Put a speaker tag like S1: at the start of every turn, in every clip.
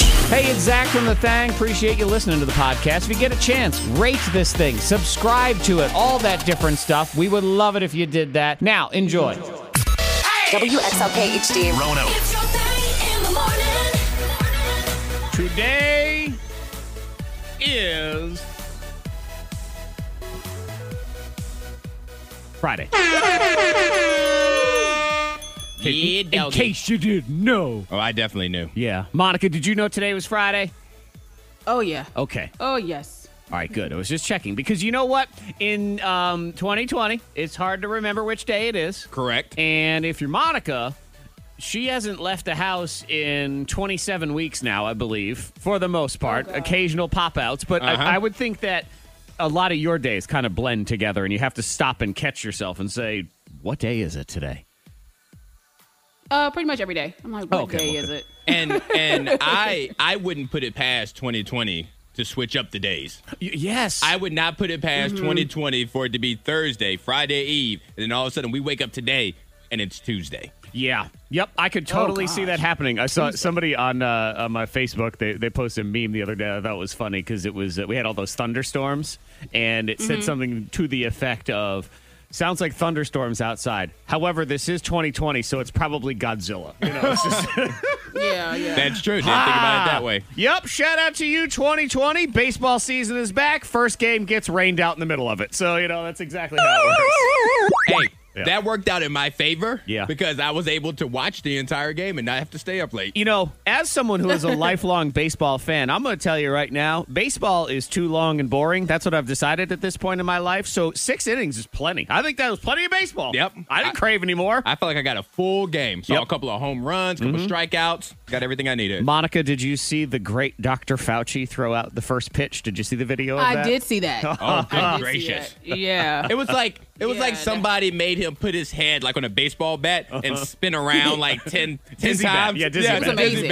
S1: Hey, it's Zach from The Thang. Appreciate you listening to the podcast. If you get a chance, rate this thing, subscribe to it, all that different stuff. We would love it if you did that. Now, enjoy.
S2: WXLK HD.
S3: Rono.
S4: It's your thing in the morning.
S1: Today is Friday.
S3: Yeah,
S1: in
S3: doggy.
S1: case you didn't know.
S3: Oh, I definitely knew.
S1: Yeah. Monica, did you know today was Friday?
S5: Oh yeah.
S1: Okay.
S5: Oh yes.
S1: All right, good. I was just checking because you know what? In um, 2020, it's hard to remember which day it is.
S3: Correct.
S1: And if you're Monica, she hasn't left the house in 27 weeks now, I believe, for the most part. Occasional pop outs, but
S3: Uh-huh.
S1: I, I would think that a lot of your days kind of blend together and you have to stop and catch yourself and say, what day is it today?
S5: Uh, pretty much every day. I'm like, what
S1: Okay,
S5: day
S1: okay.
S5: is it?
S3: And and I I wouldn't put it past 2020 to switch up the days.
S1: Y- yes.
S3: I would not put it past
S1: Mm-hmm.
S3: 2020 for it to be Thursday, Friday Eve, and then all of a sudden we wake up today and it's Tuesday.
S1: Yeah. Yep. I could totally see that happening. I saw somebody on uh, on my Facebook. They they posted a meme the other day. I thought it was funny because it was uh, we had all those thunderstorms, and it said something to the effect of. Sounds like thunderstorms outside. However, this is 2020, so it's probably Godzilla. You know, it's just-
S5: Yeah, yeah.
S3: That's true. Didn't think about
S1: Ah.
S3: it that way.
S1: Yep. Shout out to you, 2020. Baseball season is back. First game gets rained out in the middle of it. So, you know, that's exactly how it works.
S3: Hey,
S1: Yeah.
S3: that worked out in my favor.
S1: Yeah.
S3: Because I was able to watch the entire game and not have to stay up late.
S1: you know, as someone who is a lifelong baseball fan, I'm going to tell you right now, baseball is too long and boring. That's what I've decided at this point in my life. So six innings is plenty. I think that was plenty of baseball.
S3: Yep.
S1: I didn't
S3: I-
S1: crave anymore.
S3: I felt like I got a full game. Saw
S1: Yep. Mm-hmm.
S3: a couple of home runs, couple strikeouts, got everything I needed.
S1: Monica, did you see the great Dr. Fauci throw out the first pitch? Did you see the video of
S5: I
S1: that?
S5: did see that.
S3: oh, good
S5: I did see
S3: gracious.
S5: that. Yeah.
S3: It was like it was
S5: Yeah,
S3: like
S5: that-
S3: somebody made him put his head like on a baseball bat and spin around like 10, 10
S1: Uh-huh. Dizzy bat.
S3: times.
S1: Yeah, dizzy
S3: it's
S1: bat.
S3: a dizzy
S5: Amazing.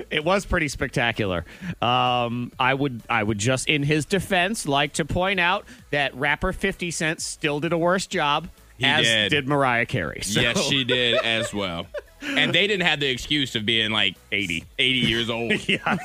S3: bat.
S1: It was pretty spectacular. Um, I would, I would just, in his defense, like to point out that rapper Fifty Cent still did a worse job,
S3: He
S1: as
S3: did.
S1: Mariah Carey. So-
S3: Yes, she did as well. And they didn't have the excuse of being like 80, 80 years old.
S1: yeah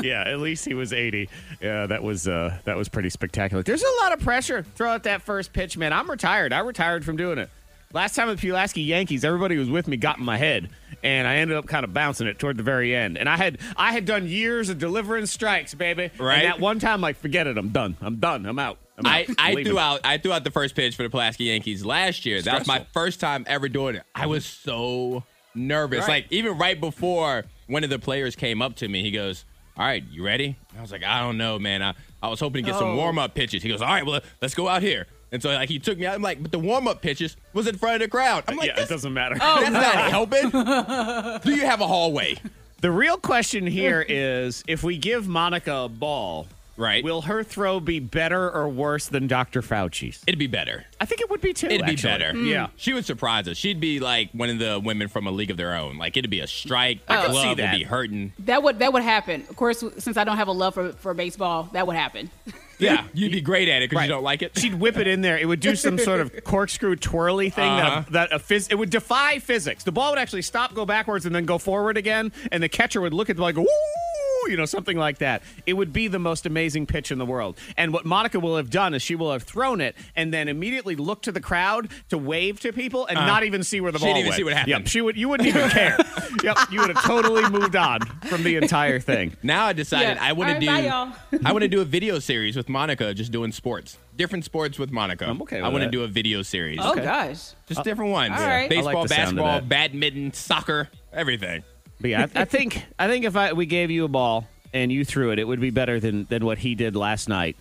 S1: yeah at least he was 80 yeah that was uh that was pretty spectacular there's a lot of pressure throw out that first pitch man i'm retired i retired from doing it last time at pulaski yankees everybody who was with me got in my head and i ended up kind of bouncing it toward the very end and i had i had done years of delivering strikes baby
S3: Right.
S1: and that one time like forget it i'm done i'm done i'm out I'm out.
S3: I, I
S1: I'm
S3: threw
S1: leaving.
S3: out I threw out the first pitch for the Pulaski Yankees last year. That was my
S1: Stressful.
S3: first time ever doing it. I was so nervous.
S1: Right.
S3: Like even right before one of the players came up to me, he goes, "All right, you ready?" And I was like, "I don't know, man. I, I was hoping to get
S1: Oh.
S3: some warm up pitches." He goes, "All right, well let's go out here." And so like he took me out. I'm like, "But the warm up pitches was in front of the crowd." I'm like, Oh,
S1: yeah it
S3: "That's,
S1: doesn't matter
S3: that's not helping." Do you have a hallway?
S1: The real question here is if we give Monica a ball,
S3: Right.
S1: will her throw be better or worse than Dr. Fauci's?
S3: It'd be better.
S1: I think it would be too.
S3: It'd be
S1: actually. Mm.
S3: better.
S1: Yeah.
S3: She would surprise us. She'd be like one of the women from a league of their own. Like it'd be a strike. The
S1: could see
S3: club
S1: that.
S3: would be hurting.
S5: that would that would happen. Of course, since I don't have a love for, for baseball, that would happen.
S3: Yeah, you'd be great at it because
S1: Right.
S3: you don't like it.
S1: She'd whip it in there. It would do some sort of corkscrew twirly thing
S3: Uh-huh.
S1: that that a phys- it would defy physics. The ball would actually stop, go backwards, and then go forward again. And the catcher would look at the ball and go, "Ooh," you know, something like that. It would be the most amazing pitch in the world. And what Monica will have done is she will have thrown it and then immediately looked to the crowd to wave to people and not even see where the
S3: Uh-huh. She
S1: ball.
S3: didn't even
S1: went.
S3: see what happened.
S1: Yep, she would. You wouldn't even care. yep, you would have totally moved on from the entire thing.
S3: now I decided
S5: Yeah.
S3: I want to
S5: All right,
S3: do
S5: bye, y'all.
S3: I want to do a video series with Monica, just doing sports, different sports with Monica.
S1: I'm okay
S3: I
S1: with
S3: want to
S1: that.
S3: do a video series,
S5: Oh gosh.
S3: just different ones:
S5: all right. I
S1: like
S3: baseball,
S1: the sound of
S3: basketball,
S1: that.
S3: badminton, soccer, everything.
S1: But yeah, I, I think I think if I, we gave you a ball and you threw it, it would be better than than what he did last night.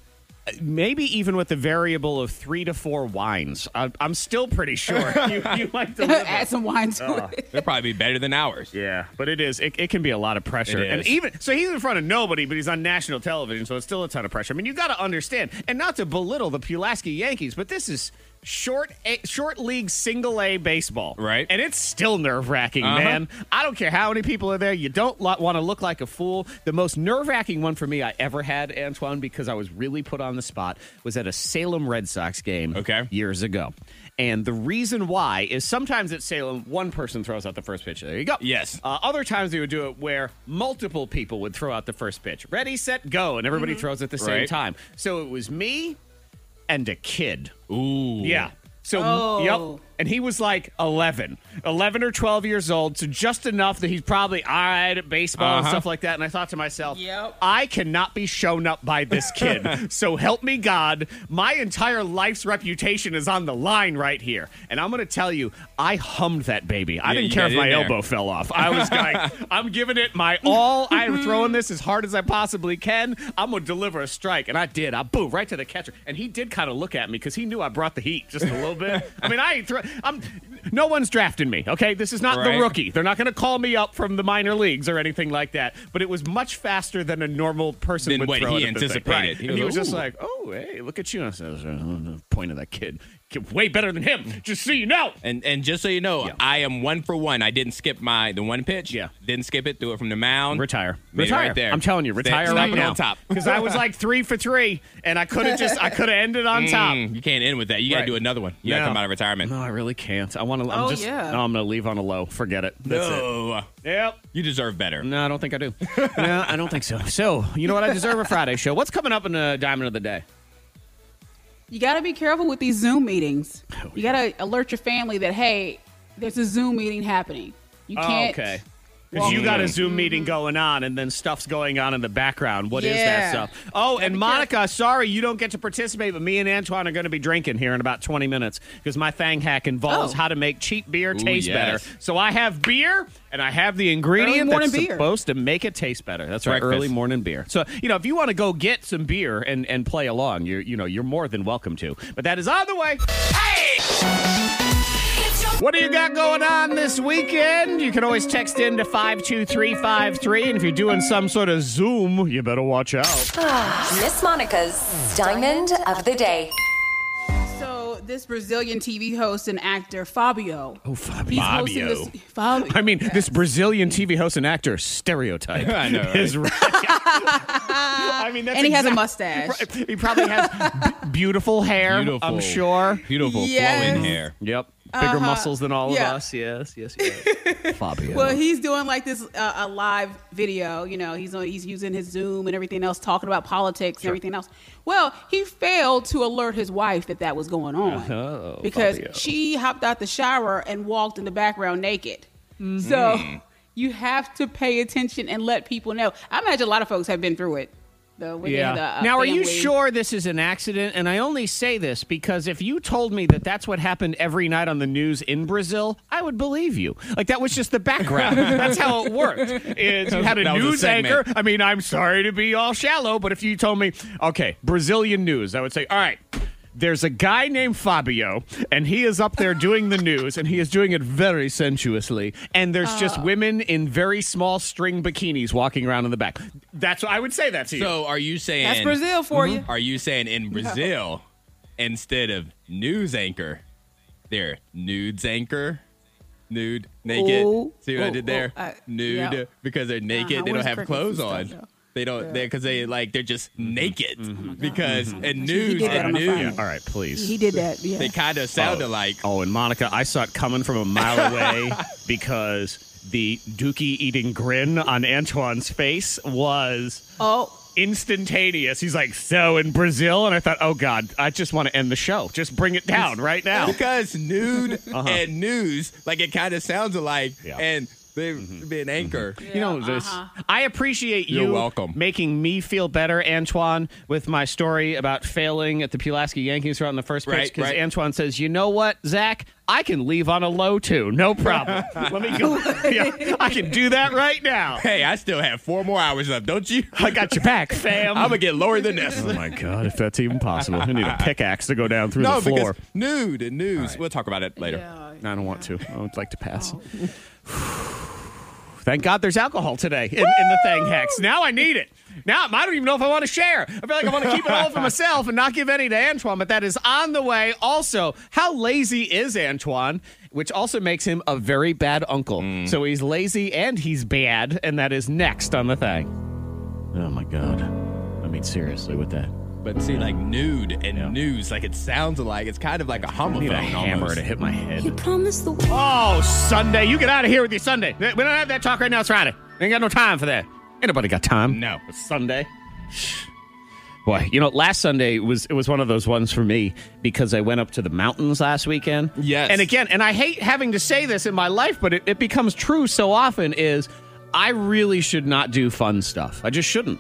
S1: Uh, Maybe even with the variable of three to four wines. I, I'm still pretty sure you, you might deliver.
S5: Add some wine to it.
S3: They'll probably be better than ours.
S1: Yeah, but it is. It, it can be a lot of pressure,
S3: It
S1: and
S3: is.
S1: even so, he's in front of nobody, but he's on national television, so it's still a ton of pressure. I mean, you got to understand, and not to belittle the Pulaski Yankees, but this is short a, short league single A baseball,
S3: Right.
S1: And it's still nerve wracking,
S3: Uh-huh.
S1: man. I don't care how many people are there. You don't lo- want to look like a fool. The most nerve wracking one for me I ever had, Antoine, because I was really put on the spot, was at a Salem Red Sox game
S3: Okay.
S1: years ago. And the reason why is sometimes at Salem, one person throws out the first pitch. There you go.
S3: Yes.
S1: Uh, other times we would do it where multiple people would throw out the first pitch. Ready, set, go. And everybody throws at the same
S3: Mm-hmm. Right.
S1: time. So it was me and a kid.
S3: Ooh.
S1: Yeah. So,
S5: Oh.
S1: yep. And he was like 11, 11 or 12 years old. So, just enough that he's probably eyed at baseball and
S3: Uh-huh.
S1: stuff like that. And I thought to myself,
S5: Yep.
S1: I cannot be shown up by this kid. so, help me God. My entire life's reputation is on the line right here. And I'm going to tell you, I hummed that baby. I
S3: Yeah,
S1: didn't
S3: you
S1: care if
S3: got in
S1: my
S3: there.
S1: elbow fell off. I was like, I'm giving it my all. I'm throwing this as hard as I possibly can. I'm going to deliver a strike. And I did. I boo right to the catcher. And he did kind of look at me because he knew I brought the heat just a little bit. I mean, I ain't throw. I'm. No one's drafting me, okay? This is not the
S3: Right.
S1: rookie. They're not going to call me up from the minor leagues or anything like that. But it was much faster than a normal person
S3: Than
S1: would
S3: what
S1: throw
S3: he
S1: it at the thing.
S3: anticipated.
S1: Right.
S3: He
S1: and he was
S3: was,
S1: just
S3: "Ooh."
S1: like, "Oh, hey, look at you!" I said, "Uh, "Point of that kid, Kid way better than him." Just so you know,
S3: And and just so you know,
S1: Yeah.
S3: I am one for one. I didn't skip my the one pitch.
S1: Yeah.
S3: Didn't skip it. Threw it from the mound.
S1: Retire.
S3: Made it
S1: retire.
S3: Right there.
S1: I'm telling you,
S3: Stay-
S1: retire
S3: stop
S1: right
S3: it
S1: now.
S3: on top.
S1: Because I was like three for three, and I could have just, I could have ended on top.
S3: Mm, you can't end with that. You
S1: Right.
S3: gotta do another one. You
S1: No.
S3: gotta come out of retirement.
S1: No, I really can't. I want to. I'm
S5: Oh,
S1: just.
S5: yeah.
S1: No, I'm going to leave on a low. Forget it. That's it.
S3: No.
S1: Yep.
S3: Oh, You deserve better.
S1: No, I don't think I do. no, I don't think so. So, you know what? I deserve a Friday show. What's coming up in the Diamond of the Day?
S5: You got to be careful with these Zoom meetings. You got to alert your family that hey, there's a Zoom meeting happening. You can't.
S1: Oh, okay. Because you
S5: walk
S1: got a
S5: away.
S1: Zoom meeting going on, and then stuff's going on in the background. What is that
S5: Yeah.
S1: stuff? Oh, and Monica, sorry you don't get to participate, but me and Antoine are going to be drinking here in about 20 minutes because my thang hack involves
S5: Oh.
S1: how to make cheap beer taste
S3: yes.
S1: better. So I have beer, and I have the ingredient
S5: morning
S1: that's
S5: beer.
S1: supposed to make it taste better. That's right,
S3: Breakfast.
S1: early morning beer. So you know, if you want to go get some beer and and play along, you you know you're more than welcome to. But that is on the way.
S4: It's your
S1: What do you got going on this weekend? You can always text in to 52353. And if you're doing some sort of Zoom, you better watch out.
S2: Miss Monica's Diamond of the Day.
S5: So this Brazilian TV host and actor Fabio. Oh,
S1: Fabio.
S5: He's hosting this,
S3: Fabio.
S5: Fabio.
S1: I mean, this Brazilian TV host and actor stereotype.
S3: I know, right?
S1: Is right. I mean, that's
S5: and he has a
S1: exact-
S5: mustache.
S1: He probably has b- beautiful hair,
S3: Beautiful.
S1: I'm sure.
S3: Beautiful
S5: Yes.
S3: flowing hair.
S1: Yep. Bigger muscles than all
S5: Uh-huh. Yeah.
S1: of us. Yes, yes, yes. Fabio.
S5: Well, he's doing like this uh, a live video. You know, he's on, he's using his Zoom and everything else, talking about politics and everything else. Well, he failed to alert his wife that that was going
S3: Uh-huh.
S5: on
S3: Oh,
S5: because
S1: Fabio.
S5: she hopped out the shower and walked in the background naked.
S3: Mm-hmm.
S5: So you have to pay attention and let people know. I imagine a lot of folks have been through it. Though, within the, uh,
S1: now, are you
S5: family.
S1: sure this is an accident? And I only say this because if you told me that that's what happened every night on the news in Brazil, I would believe you. Like that was just the background. that's how it worked. Is you had a
S3: That was a
S1: news
S3: segment.
S1: anchor. I mean, I'm sorry to be all shallow, but if you told me, okay, Brazilian news, I would say, all right. There's a guy named Fabio, and he is up there doing the news, and he is doing it very sensuously. And there's
S5: Oh.
S1: just women in very small string bikinis walking around in the back. That's I would say that to you.
S3: So are you saying Mm-hmm.
S5: That's Brazil for you.
S3: Are you saying in Brazil, instead of news anchor, they're nudes anchor? Nude, naked.
S5: Ooh.
S3: See what I
S5: Ooh,
S3: did there?
S5: ooh, I-
S3: Nude
S5: yeah.
S3: because they're naked.
S5: Uh-huh.
S3: They don't
S5: Where's
S3: have
S5: crickets and
S3: clothes
S5: stuff,
S3: on.
S5: though? Mm-hmm. Oh
S3: They don't. They're because they like they're just naked because and
S5: did
S3: nudes
S5: that
S3: and
S5: on the
S3: nude.
S5: phone.
S1: All right, please.
S5: He did that. Yeah.
S3: They kind of sound alike.
S1: Oh, and Monica, I saw it coming from a mile away because the dookie eating grin on Antoine's face was
S5: oh.
S1: instantaneous. He's like, so in Brazil? And I thought, oh, God, I just want to end the show. Just bring it down right now.
S3: Because nude and news, like it kind of sounds alike,
S1: Yeah.
S3: and they've been anchor.
S1: You know this. I appreciate you
S3: You're welcome.
S1: making me feel better, Antoine, with my story about failing at the Pulaski Yankees route in the first pitch.
S3: Right,
S1: Because
S3: right.
S1: Antoine says, "You know what, Zach? I can leave on a low too. No problem. Let me go. Yeah, I can do that right now.
S3: Hey, I still have four more hours left, don't you?
S1: I got your back, fam.
S3: I'm gonna get lower than this.
S1: oh my god, if that's even possible, I need a pickaxe to go down through
S3: no,
S1: the floor.
S3: because nude and news. We'll talk about it later.
S5: Oh, Yeah.
S1: I don't want to. I would like to pass. Thank God there's alcohol today in, in the thing hacks. Now I need it. Now I don't even know if I want to share. I feel like I want to keep it all for myself and not give any to Antoine, but that is on the way. Also, how lazy is Antoine? Which also makes him a very bad uncle. So he's lazy and he's bad, and that is next on the thing. Oh my God. I mean, seriously, with that.
S3: But see, like nude and
S1: Yeah.
S3: news, like it sounds like it's kind of like a
S1: I need
S3: homophone
S1: a hammer
S3: almost.
S1: to hit my head.
S4: promised the world.
S1: Oh, Sunday. You get out of here with your Sunday. We don't have that talk right now. It's Friday. We ain't got no time for that. Ain't nobody got time.
S3: No.
S1: It's Sunday. Boy, you know, last Sunday was it was one of those ones for me because I went up to the mountains last weekend.
S3: Yes.
S1: And again, and I hate having to say this in my life, but it, it becomes true so often is I really should not do fun stuff. I just shouldn't.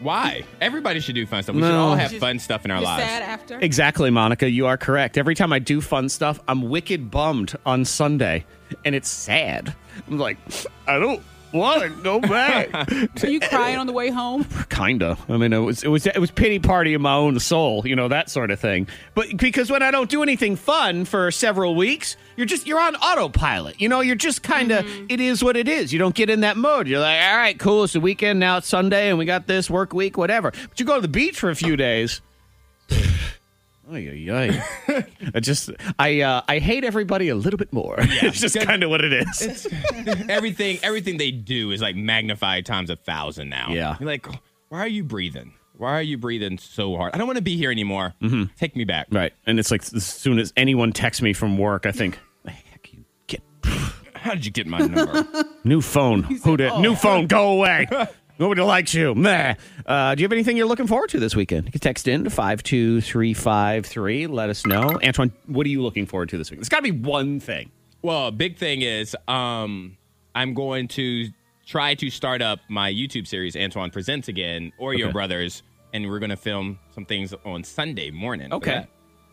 S3: Why? Everybody should do fun stuff. We should
S1: No.
S3: all have
S5: Just-
S3: fun stuff in our
S5: You're
S3: lives.
S5: sad after.
S1: Exactly, Monica. You are correct. Every time I do fun stuff, I'm wicked bummed on Sunday, and it's sad. I'm like, I don't want to go back.
S5: Are you crying on the way home?
S1: Kinda. I mean, it was it was it was pity party in my own soul, you know that sort of thing. But because when I don't do anything fun for several weeks, you're just you're on autopilot. You know, you're just kind of is what it is. You don't get in that mode. You're like, all right, cool. It's the weekend now. It's Sunday, and we got this work week, whatever. But you go to the beach for a few days. Ay, ay, ay. I just I uh, I hate everybody a little bit more. it's just kind of what it is.
S3: everything everything they do is like magnified times a thousand now.
S1: Yeah.
S3: You're like, why are you breathing? Why are you breathing so hard? I don't want to be here anymore. Take me back.
S1: Mm-hmm. Right, and it's like as soon as anyone texts me from work, I think, the heck you get
S3: How did you get my number?
S1: New phone. Who did?
S5: oh.
S1: New phone. Go away. Nobody likes you. Meh. Uh, do you have anything you're looking forward to this weekend? You can text in to 52353. Let us know. Antoine, what are you looking forward to this weekend? It's got to be one thing.
S3: well, a big thing is um I'm going to try to start up my YouTube series Antoine Presents Again or Your
S1: Okay.
S3: Brothers and we're going to film some things on Sunday morning. for that.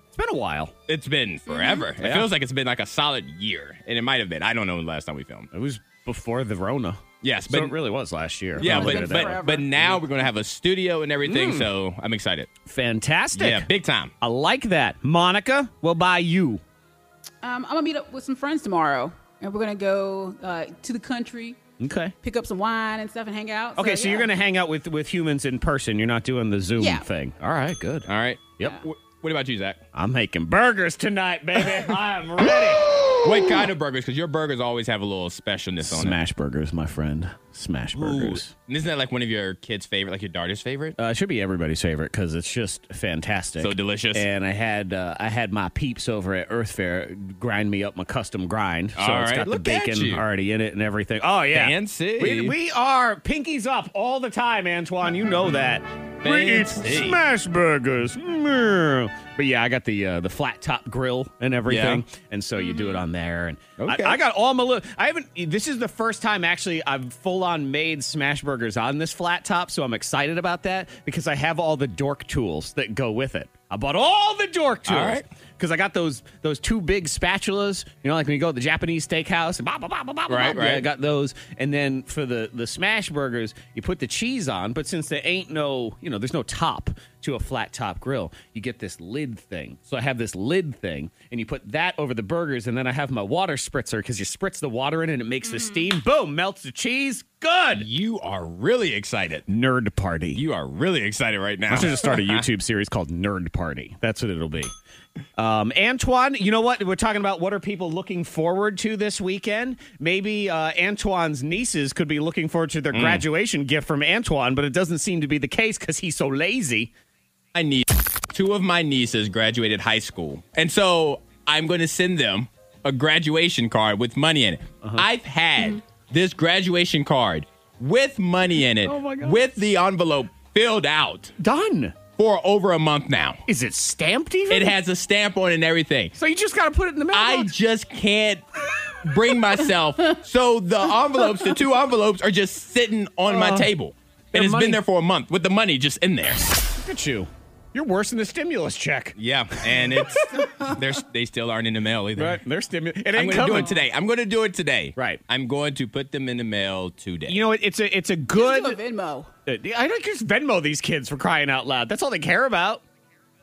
S1: It's been a while.
S3: It's been forever. It
S1: Yeah.
S3: feels like it's been like a solid year and it might have been. I don't know the last time we filmed.
S1: It was before the Rona.
S3: Yes,
S1: So
S3: but
S1: it really was last year.
S3: yeah,
S1: Look at
S3: but
S1: it that way.
S3: but, but now
S1: Mm-hmm.
S3: we're gonna have a studio and everything,
S1: Mm.
S3: so I'm excited.
S1: fantastic.
S3: Yeah, big time.
S1: I like that. Monica, we'll buy you.
S5: Um, I'm gonna meet up with some friends tomorrow, and we're gonna go uh, to the country,
S1: Okay.
S5: pick up some wine and stuff, and hang out.
S1: Okay, so, you're
S5: yeah.
S1: going to hang out with, with humans in person. You're not doing the Zoom
S5: Yeah.
S1: thing. All right, good.
S3: All right.
S1: Yep.
S3: Wh- What about you, Zach?
S1: I'm making burgers tonight, baby. I am ready.
S3: What kind of burgers? Because your burgers always have a little specialness on
S1: Smash burgers, my friend. Smash
S3: it. Ooh.
S1: burgers.
S3: And Isn't that like one of your kids' favorite, like your daughter's favorite?
S1: Uh, it should be everybody's favorite because it's just fantastic,
S3: So delicious.
S1: And I had uh, I had my peeps over at Earth Fair grind me up my custom grind, so
S3: All
S1: it's
S3: right,
S1: got
S3: look
S1: the
S3: at
S1: bacon
S3: you.
S1: already in it and everything. Oh yeah,
S3: Fancy.
S1: We, we are pinkies up all the time, Antoine. You know that. We eat
S3: Fancy.
S1: smash burgers. Mm. But yeah, I got the uh, the flat top grill and everything, and so you do it on there. And I-
S3: Okay.
S1: I, got all my little. I haven't. This is the first time actually I've full on made smash burgers on this flat top, so I'm excited about that because I have all the dork tools that go with it. I bought all the dork tools
S3: All right.
S1: because I got those those two big spatulas. You know, like when you go to the Japanese steakhouse and blah blah blah blah blah. blah,
S3: Right,
S1: blah.
S3: right.
S1: Yeah, I got those, and then for the the smash burgers, you put the cheese on, but since there ain't no you know there's no top to a flat top grill, you get this lid thing. So I have this lid thing, and you put that over the burgers, and then I have my water spritzer because you spritz the water in and it makes the steam. Boom, melts the cheese. Good
S3: You are really excited.
S1: nerd party.
S3: You are really excited right now.
S1: I should just start a YouTube series called Nerd Party. That's what it'll be. Um, Antoine, you know what? We're talking about what are people looking forward to this weekend. Maybe uh, Antoine's nieces could be looking forward to their
S3: Mm.
S1: graduation gift from Antoine, but it doesn't seem to be the case because he's so lazy.
S3: I need two of my nieces graduated high school, and so I'm going to send them a graduation card with money in it.
S1: Uh-huh.
S3: I've had this graduation card with money in it,
S1: Oh my God.
S3: with the envelope filled out
S1: Done.
S3: for over a month now.
S1: Is it stamped even?
S3: It has a stamp on it and everything.
S1: So you just got to put it in the
S3: I
S1: mailbox.
S3: just can't bring myself. So the envelopes, the two envelopes, are just sitting on my table.
S1: their
S3: And it's
S1: Uh, money-
S3: been there for a month with the money just in there.
S1: Look at you. You're worse than the stimulus check.
S3: Yeah, and it's they're, they still aren't in the mail either.
S1: Right? They're stimulus. It ain't
S3: I'm gonna
S1: coming.
S3: do it today. I'm gonna do it today.
S1: Right.
S3: I'm going to put them in the mail today.
S1: You know, it- it's a it's a
S5: Let's
S1: good.
S5: do a Venmo.
S1: I don't just Venmo these kids for crying out loud. That's all they care about.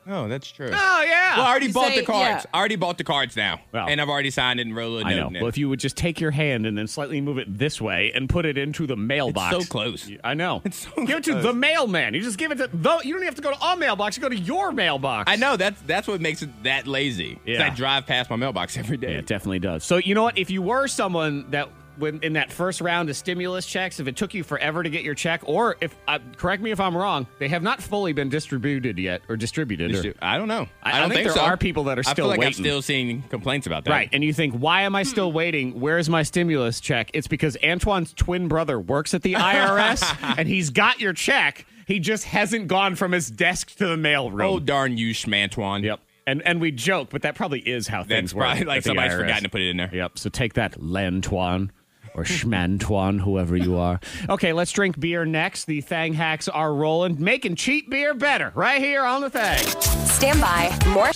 S3: oh, that's true.
S1: Oh yeah.
S3: Well, I already
S5: You
S3: bought
S5: say-
S3: the cards.
S5: yeah.
S3: I already bought the cards now,
S1: Well.
S3: and I've already signed it and wrote a
S1: I
S3: note.
S1: know.
S3: in it.
S1: Well, if you would just take your hand and then slightly move it this way and put it into the mailbox.
S3: so close.
S1: I know.
S3: It's so
S1: give it to
S3: close.
S1: the mailman. You just give it to the. You don't have to go to our mailbox. You go to your mailbox.
S3: I know that's that's what makes it that lazy. 'Cause
S1: Yeah.
S3: I drive past my mailbox every day.
S1: Yeah, it definitely does. So you know what? If you were someone that when in that first round of stimulus checks, if it took you forever to get your check, or if uh, correct me if I'm wrong, they have not fully been distributed yet or distributed. or-
S3: I don't know.
S1: I- I
S3: don't
S1: think there
S3: so.
S1: are people that are
S3: I
S1: still
S3: feel like I'm
S1: waiting.
S3: still seeing complaints about that. Hmm.
S1: Right. And you think, why am I still waiting? Where's my stimulus check? It's because Antoine's twin brother works at the IRS and he's got your check. He just hasn't gone from his desk to the mailroom.
S3: Oh darn you, Schmantuan.
S1: Yep. And and we joke, but that probably is how
S3: That's
S1: things work.
S3: probably like
S1: at the
S3: somebody's
S1: IRS.
S3: forgotten to put it in there.
S1: Yep. So take that, Lantuan or Schmantuan, whoever you are. Okay, let's drink beer next. The Thang hacks are rolling, making cheap beer better right here on the Thang.
S2: Stand by. More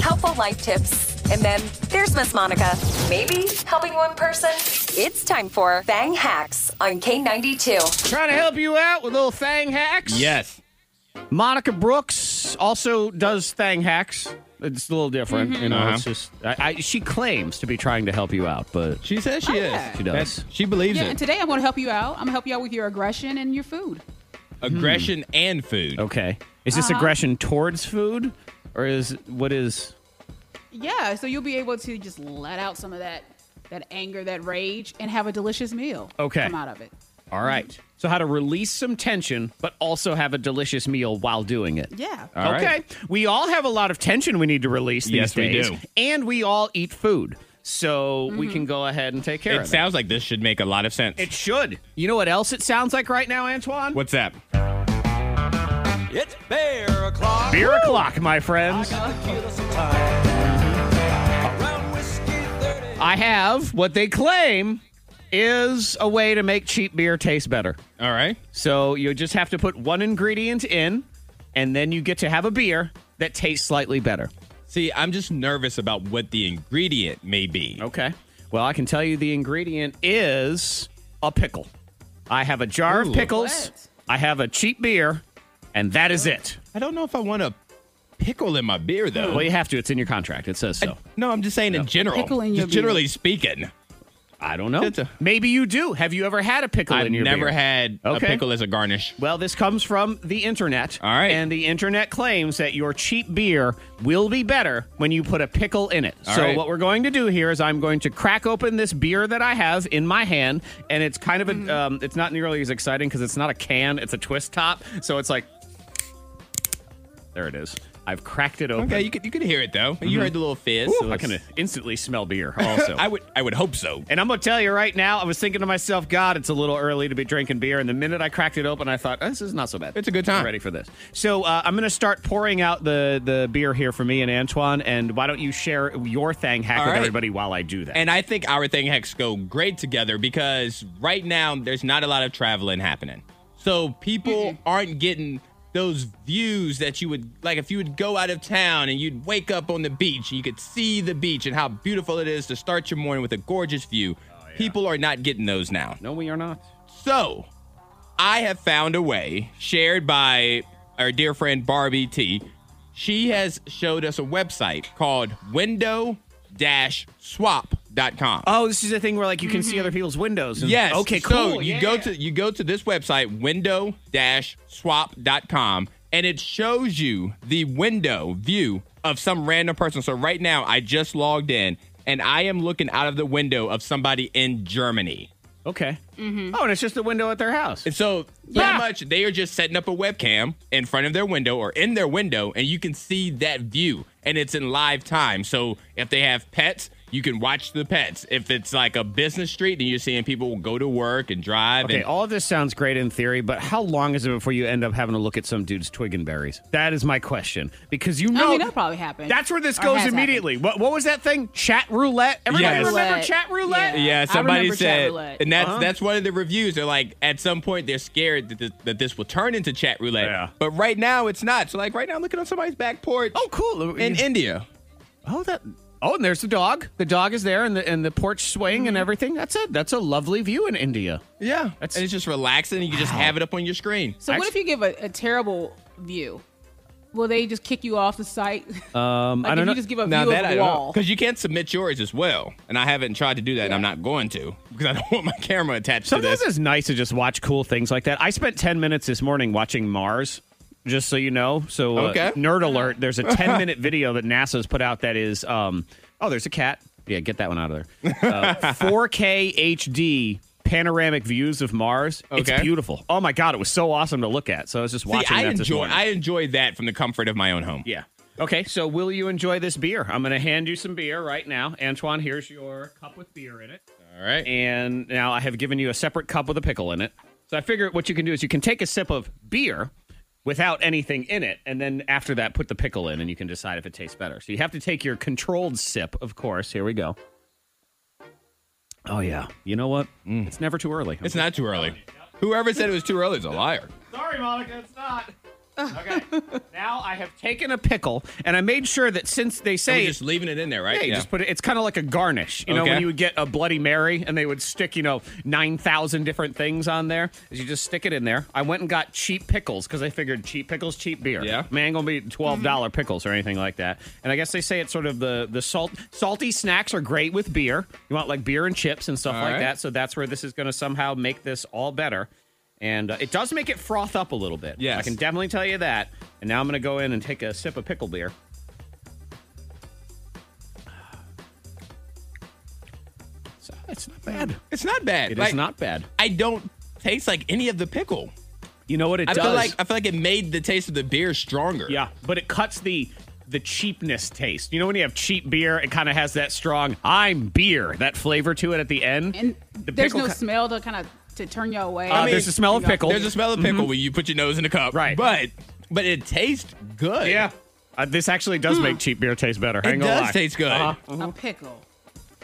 S2: helpful life tips. And then there's Miss Monica. Maybe helping one person. It's time for Bang Hacks on K92.
S1: Trying to help you out with little Thang hacks.
S3: Yes.
S1: Monica Brooks also does Thang hacks. It's a little different,
S3: Mm-hmm.
S1: you know. It's
S3: Uh-huh.
S1: just I, I, she claims to be trying to help you out, but
S3: She says she is.
S5: Oh, yeah.
S1: She does.
S3: That's- She believes
S5: Yeah,
S3: it.
S5: and today I'm going to help you out. I'm going to help you out with your aggression and your food.
S3: Aggression and food.
S1: okay. Is this aggression towards food, or is what is?
S5: Yeah, so you'll be able to just let out some of that that anger, that rage, and have a delicious meal.
S1: Okay.
S5: come out of it.
S1: All right. So how to release some tension, but also have a delicious meal while doing it.
S5: Yeah.
S3: All right.
S1: okay. We all have a lot of tension we need to release these
S3: Yes, we
S1: days,
S3: do. Mm-hmm.
S1: and we all eat food, so we can go ahead and take care of
S3: It
S1: it.
S3: sounds like this should make a lot of sense.
S1: it should. You know what else it sounds like right now, Antoine?
S3: What's that?
S6: It's bear o'clock.
S1: Beer o'clock, my friends.
S6: Around whiskey 30.
S1: I have what they claim is a way to make cheap beer taste better.
S3: All right.
S1: So you just have to put one ingredient in, and then you get to have a beer that tastes slightly better.
S3: See, I'm just nervous about what the ingredient may be.
S1: Okay. Well, I can tell you the ingredient is a pickle. I have a jar
S3: Ooh.
S1: of pickles,
S5: What?
S1: I have a cheap beer, and that is it.
S3: I don't know if I want a pickle in my beer though.
S1: Well, you have to. It's in your contract. It says so.
S3: no, I'm just saying in general.
S5: Pickle in your
S3: just generally speaking.
S1: I don't know.
S3: It's a-
S1: Maybe you do. Have you ever had a pickle
S3: I've
S1: in your
S3: never
S1: beer?
S3: had
S1: Okay.
S3: a pickle as a garnish.
S1: Well, this comes from the internet.
S3: All right.
S1: And the internet claims that your cheap beer will be better when you put a pickle in it.
S3: All
S1: so,
S3: right.
S1: what we're going to do here is I'm going to crack open this beer that I have in my hand, and it's kind of a,
S3: Mm-hmm.
S1: um, it's not nearly as exciting because it's not a can, it's a twist top. So, it's like, there it is. I've cracked it open.
S3: Okay, you could you could hear it though. You heard the little fizz. so
S1: I
S3: it's-
S1: can instantly smell beer also.
S3: I would I would hope so.
S1: And I'm gonna tell you right now, I was thinking to myself, God, it's a little early to be drinking beer. And the minute I cracked it open, I thought, oh, this is not so bad.
S3: It's a good time.
S1: I'm ready for this. So uh, I'm gonna start pouring out the the beer here for me and Antoine. And why don't you share your thang hack
S3: All
S1: with
S3: right.
S1: everybody while I do that?
S3: And I think our thing hacks go great together because right now there's not a lot of traveling happening. So people aren't getting those views that you would like if you would go out of town and you'd wake up on the beach, you could see the beach and how beautiful it is to start your morning with a gorgeous view. People are not getting those now.
S1: no, we are not.
S3: So, I have found a way shared by our dear friend Barbie T. She has showed us a website called window-swap.com.
S1: Oh, this is a thing where like you can see other people's windows. and-
S3: Mm-hmm. Yes.
S1: Okay.
S3: So
S1: Cool.
S3: you
S1: yeah.
S3: go to you go to this website window-swap.com and it shows you the window view of some random person. So right now I just logged in and I am looking out of the window of somebody in Germany.
S1: Okay.
S3: Mm-hmm.
S1: Oh, and it's just a window at their house.
S3: And so pretty much they are just setting up a webcam in front of their window or in their window, and you can see that view, and it's in live time. So if they have pets, you can watch the pets. If it's like a business street, then you're seeing people go to work and drive.
S1: Okay, oh,
S3: and
S1: all of this sounds great in theory, but how long is it before you end up having to look at some dude's twig and berries? That is my question. Because you know
S5: mean, that probably happened.
S1: That's where this
S5: Or
S1: goes
S5: has
S1: immediately. What what was that thing? Chat roulette. Everybody
S3: Yes.
S1: remember
S5: Roulette.
S1: chat roulette?
S5: Yeah.
S3: Yeah,
S5: I
S3: somebody
S5: remember chat
S3: said,
S5: roulette.
S3: and that's
S1: Uh-huh.
S3: that's one of the reviews. They're like, at some point, they're scared that this, that this will turn into chat roulette.
S1: Yeah.
S3: But right now, it's not. So like right now, I'm looking on somebody's back porch
S1: Oh, cool.
S3: in
S1: You-
S3: India.
S1: oh, that. Oh, and there's the dog. The dog is there, and the and the porch swing
S5: Mm-hmm.
S1: and everything. That's a that's a lovely view in India.
S3: Yeah,
S1: That's-
S3: and it's just relaxing. You can just have it up on your screen.
S5: So what if you give a, a terrible view? Will they just kick you off the site? Um,
S1: I don't
S5: if
S1: know.
S5: You just give a
S3: Now
S5: view
S3: that
S5: of
S3: I
S5: the wall.
S3: because you can submit yours as well, and I haven't tried to do that, and I'm not going to because I don't want my camera attached
S1: Sometimes
S3: to this.
S1: it's nice to just watch cool things like that. I spent 10 minutes this morning watching Mars, just so you know. So, uh,
S3: Okay.
S1: nerd alert, there's a 10 minute video that NASA's put out that is, um, oh, there's a cat. Yeah, get that one out of there. Uh, 4K HD panoramic views of Mars. It's
S3: Okay.
S1: beautiful. Oh my god, it was so awesome to look at. So I was just
S3: See,
S1: watching
S3: I
S1: that this
S3: enjoy
S1: morning.
S3: I enjoy that from the comfort of my own home.
S1: yeah. Okay, so will you enjoy this beer? I'm going to hand you some beer right now. Antoine, here's your cup with beer in it.
S3: All right.
S1: And now I have given you a separate cup with a pickle in it. So I figure what you can do is you can take a sip of beer without anything in it, and then after that, put the pickle in, and you can decide if it tastes better. So you have to take your controlled sip, of course. Here we go. Oh, yeah. You know what? It's never too early.
S3: Mm. it's not too early. Whoever said it was too early is a liar.
S1: Sorry, Monica, it's not. Okay. now I have taken a pickle, and I made sure that since they
S3: We're
S1: say
S3: just leaving it in there, right?
S1: Yeah, you just put it. It's kind of like a garnish. You know,
S3: Okay.
S1: when you would get a Bloody Mary and they would stick, you know, nine thousand different things on there. Is you just stick it in there. I went and got cheap pickles because I figured cheap pickles, cheap beer.
S3: Yeah.
S1: man, gonna be twelve pickles or anything like that. And I guess they say it's sort of the the salt salty snacks are great with beer. You want like beer and chips and stuff
S3: All
S1: like
S3: right.
S1: that. So that's where this is gonna somehow make this all better. And uh, it does make it froth up a little bit.
S3: Yes.
S1: I can definitely tell you that. And now I'm gonna go in and take a sip of pickle beer. So it's not bad.
S3: It's not bad.
S1: It is
S3: Like,
S1: not bad.
S3: I don't taste like any of the pickle.
S1: You know what it
S3: I
S1: does?
S3: feel like I feel like it made the taste of the beer stronger.
S1: yeah, but it cuts the the cheapness taste. You know when you have cheap beer, it kind of has that strong "I'm beer" that flavor to it at the end.
S5: And
S1: the
S5: there's
S1: pickle
S5: no
S1: ki-
S5: smell to kind of to turn you away.
S1: Uh, there's a smell of pickle.
S3: There's a smell of pickle when you put your nose in a cup.
S1: Right.
S3: But but it tastes good.
S1: Yeah, uh, this actually does make cheap beer taste better.
S3: It
S1: Hang
S3: does taste good.
S1: Uh-huh. Mm-hmm.
S5: a pickle.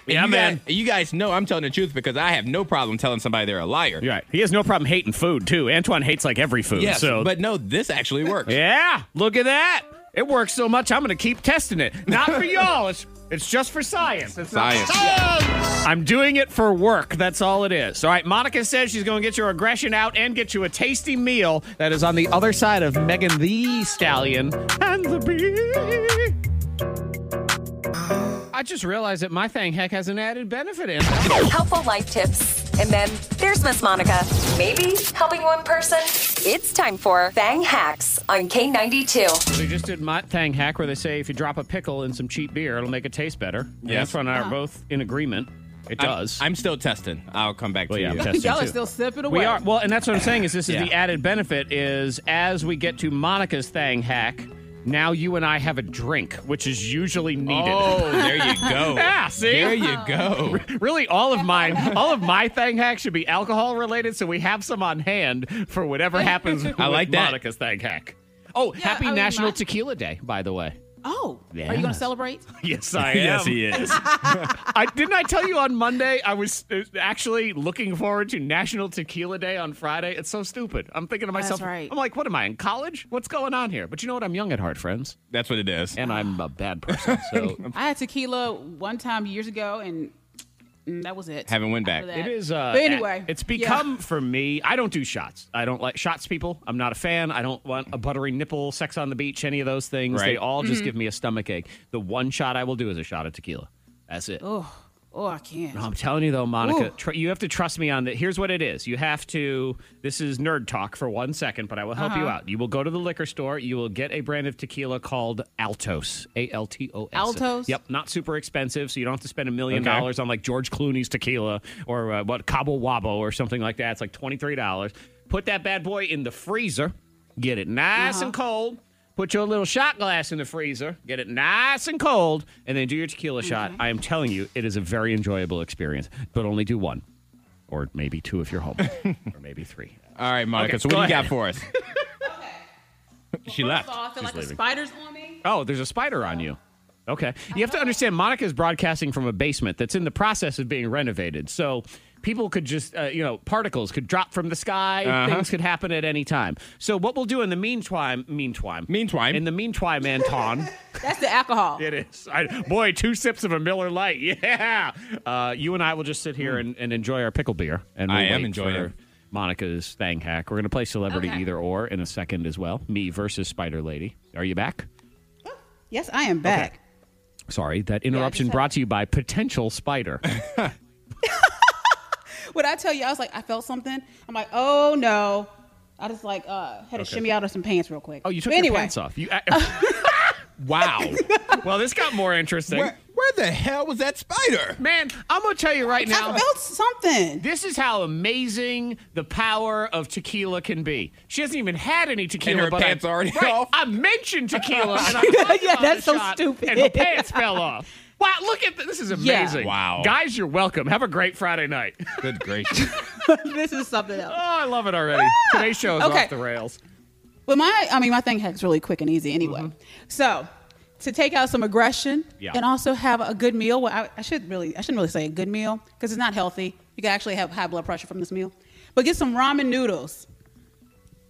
S1: Yeah,
S3: you
S1: man.
S3: Guys, you guys know I'm telling the truth because I have no problem telling somebody they're a liar.
S1: You're right. He has no problem hating food too. Antoine hates like every food.
S3: Yes,
S1: so
S3: but no, this actually works.
S1: Yeah, look at that. It works so much, I'm going to keep testing it. Not for y'all. It's it's just for science. It's not-
S3: Science.
S1: I'm doing it for work. That's all it is. All right, Monica says she's going to get your aggression out and get you a tasty meal that is on the other side of Megan the Stallion and the Bee. I just realized that my thing heck has an added benefit in. it.
S2: helpful life tips. And then there's Miss Monica. Maybe helping one person. It's time for Bang Hacks on K92.
S1: We just did my thing hack where they say if you drop a pickle in some cheap beer, it'll make it taste better. Yeah,
S3: Yes.
S1: Antoine and I are both in agreement. It
S3: I'm-
S1: does.
S3: I'm, still testing. I'll come back
S1: Well,
S3: to
S1: yeah,
S3: you.
S1: I'm testing.
S5: Y'all are
S1: too.
S5: still sipping away.
S1: We are well, and that's what I'm saying is this is
S3: Yeah.
S1: the added benefit is as we get to Monica's thing hack. Now you and I have a drink, which is usually needed.
S3: Oh, there you go.
S1: Yeah, see?
S3: There you go.
S1: Really, all of mine, all of my thing hack should be alcohol related, so we have some on hand for whatever happens. with
S3: like that.
S1: Monica's thing hack. Oh, happy
S5: I mean,
S1: National
S5: my-
S1: Tequila Day, by the way.
S5: Oh, are
S1: Yes.
S5: you going to celebrate?
S1: Yes, I am.
S3: yes, he is.
S1: I didn't I tell you on Monday I was uh, actually looking forward to National Tequila Day on Friday. It's so stupid. I'm thinking to
S5: That's
S1: myself,
S5: right.
S1: I'm like, what am I in college? What's going on here? But you know what? I'm young at heart, friends,
S3: That's what it is.
S1: and I'm a bad person. So
S5: I had tequila one time years ago, and mm, that was it.
S3: Haven't went back.
S5: After
S1: it
S5: that.
S1: is. Uh,
S5: But anyway,
S1: it's
S5: yeah.
S1: become for me. I don't do shots. I don't like shots. People, I'm not a fan. I don't want a buttery nipple, sex on the beach, any of those things. They
S3: Right.
S1: all just
S5: Mm-hmm.
S1: give me a stomach ache. The one shot I will do is a shot of tequila. That's it.
S5: Oh, I can't.
S1: I'm telling you though, Monica,
S5: Ooh.
S1: tr- you have to trust me on that. Here's what it is: you have to. This is nerd talk for one second, but I will help
S5: Uh-huh.
S1: you out. You will go to the liquor store. You will get a brand of tequila called Altos. A L T O S.
S5: Altos?
S1: Yep, not super expensive, so you don't have to spend a million
S3: Okay.
S1: dollars on like George Clooney's tequila or uh, what Cabo Wabo or something like that. It's like twenty three dollars. Put that bad boy in the freezer. Get it nice
S3: Uh-huh.
S1: and cold. Put your little shot glass in the freezer, get it nice and cold, and then do your tequila shot. I am telling you, it is a very enjoyable experience, but only do one, or maybe two if you're home, or maybe three.
S3: All right, Monica.
S1: Okay,
S3: so what
S1: go
S3: do you
S1: ahead.
S3: got for us? She left.
S5: First of all, I feel
S1: She's
S5: like
S1: leaving.
S5: a spider's on me.
S1: Oh, there's a spider on you. Okay. You have to understand Monica's broadcasting from a basement that's in the process of being renovated. So people could just, uh, you know, particles could drop from the sky.
S3: Uh-huh.
S1: Things could happen at any time. So what we'll do in the meantime, meantime,
S3: Meantime.
S1: in the meantime, Anton.
S5: That's the alcohol.
S1: It is. I, boy, two sips of a Miller Light. Yeah. Uh, you and I will just sit here and, and enjoy our pickle beer. And we'll
S3: I am
S1: wait
S3: enjoying
S1: for
S3: it.
S1: Monica's thing hack. We're going to play celebrity
S5: Okay.
S1: either or in a second as well. Me versus Spider Lady. Are you back?
S5: Yes, I am back.
S1: Sorry, that interruption
S5: had-
S1: brought to you by potential spider.
S5: What I tell you, I was like, I felt something. I'm like, oh no. I just like uh, had to shimmy out of some pants real quick.
S1: Oh, you took
S5: But
S1: your
S5: anyway,
S1: pants off. You, I, wow. well, this got more interesting.
S3: Where, where the hell was that spider?
S1: Man, I'm going to tell you right now.
S5: I felt something.
S1: This is how amazing the power of tequila can be. She hasn't even had any tequila,
S3: her
S1: but I-
S3: pants already
S1: right,
S3: off.
S1: I mentioned tequila, and I talked
S5: Yeah,
S1: about
S5: that's
S1: the
S5: so
S1: shot,
S5: stupid.
S1: And her pants fell off. Wow, look at th- this is
S5: Yeah.
S1: amazing.
S3: Wow.
S1: guys, you're welcome. Have a great Friday night. oh,
S3: Good gracious.
S5: this is something else.
S1: I love it already. Today's show is
S5: Okay.
S1: off the rails.
S5: But my, I mean, my thing hack's really quick and easy anyway. So to take out some aggression
S1: Mm-hmm. Yeah.
S5: and also have a good meal. Well, I, I should really, I shouldn't really say a good meal because it's not healthy. You can actually have high blood pressure from this meal. But get some ramen noodles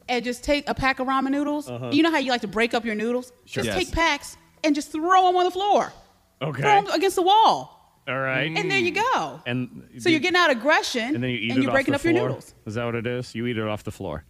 S5: and just take a pack of ramen noodles.
S1: Uh-huh.
S5: You know how you like to break up your noodles? Just
S3: Yes.
S5: take packs and just throw them on the floor.
S1: Okay.
S5: Throw them against the wall,
S1: All right.
S5: and there you go.
S1: And
S5: so you're getting out aggression,
S1: and then you eat
S5: and
S1: it
S5: you're
S1: off
S5: breaking
S1: the
S5: up
S1: floor.
S5: your noodles.
S1: Is that what it is? You eat it off the floor.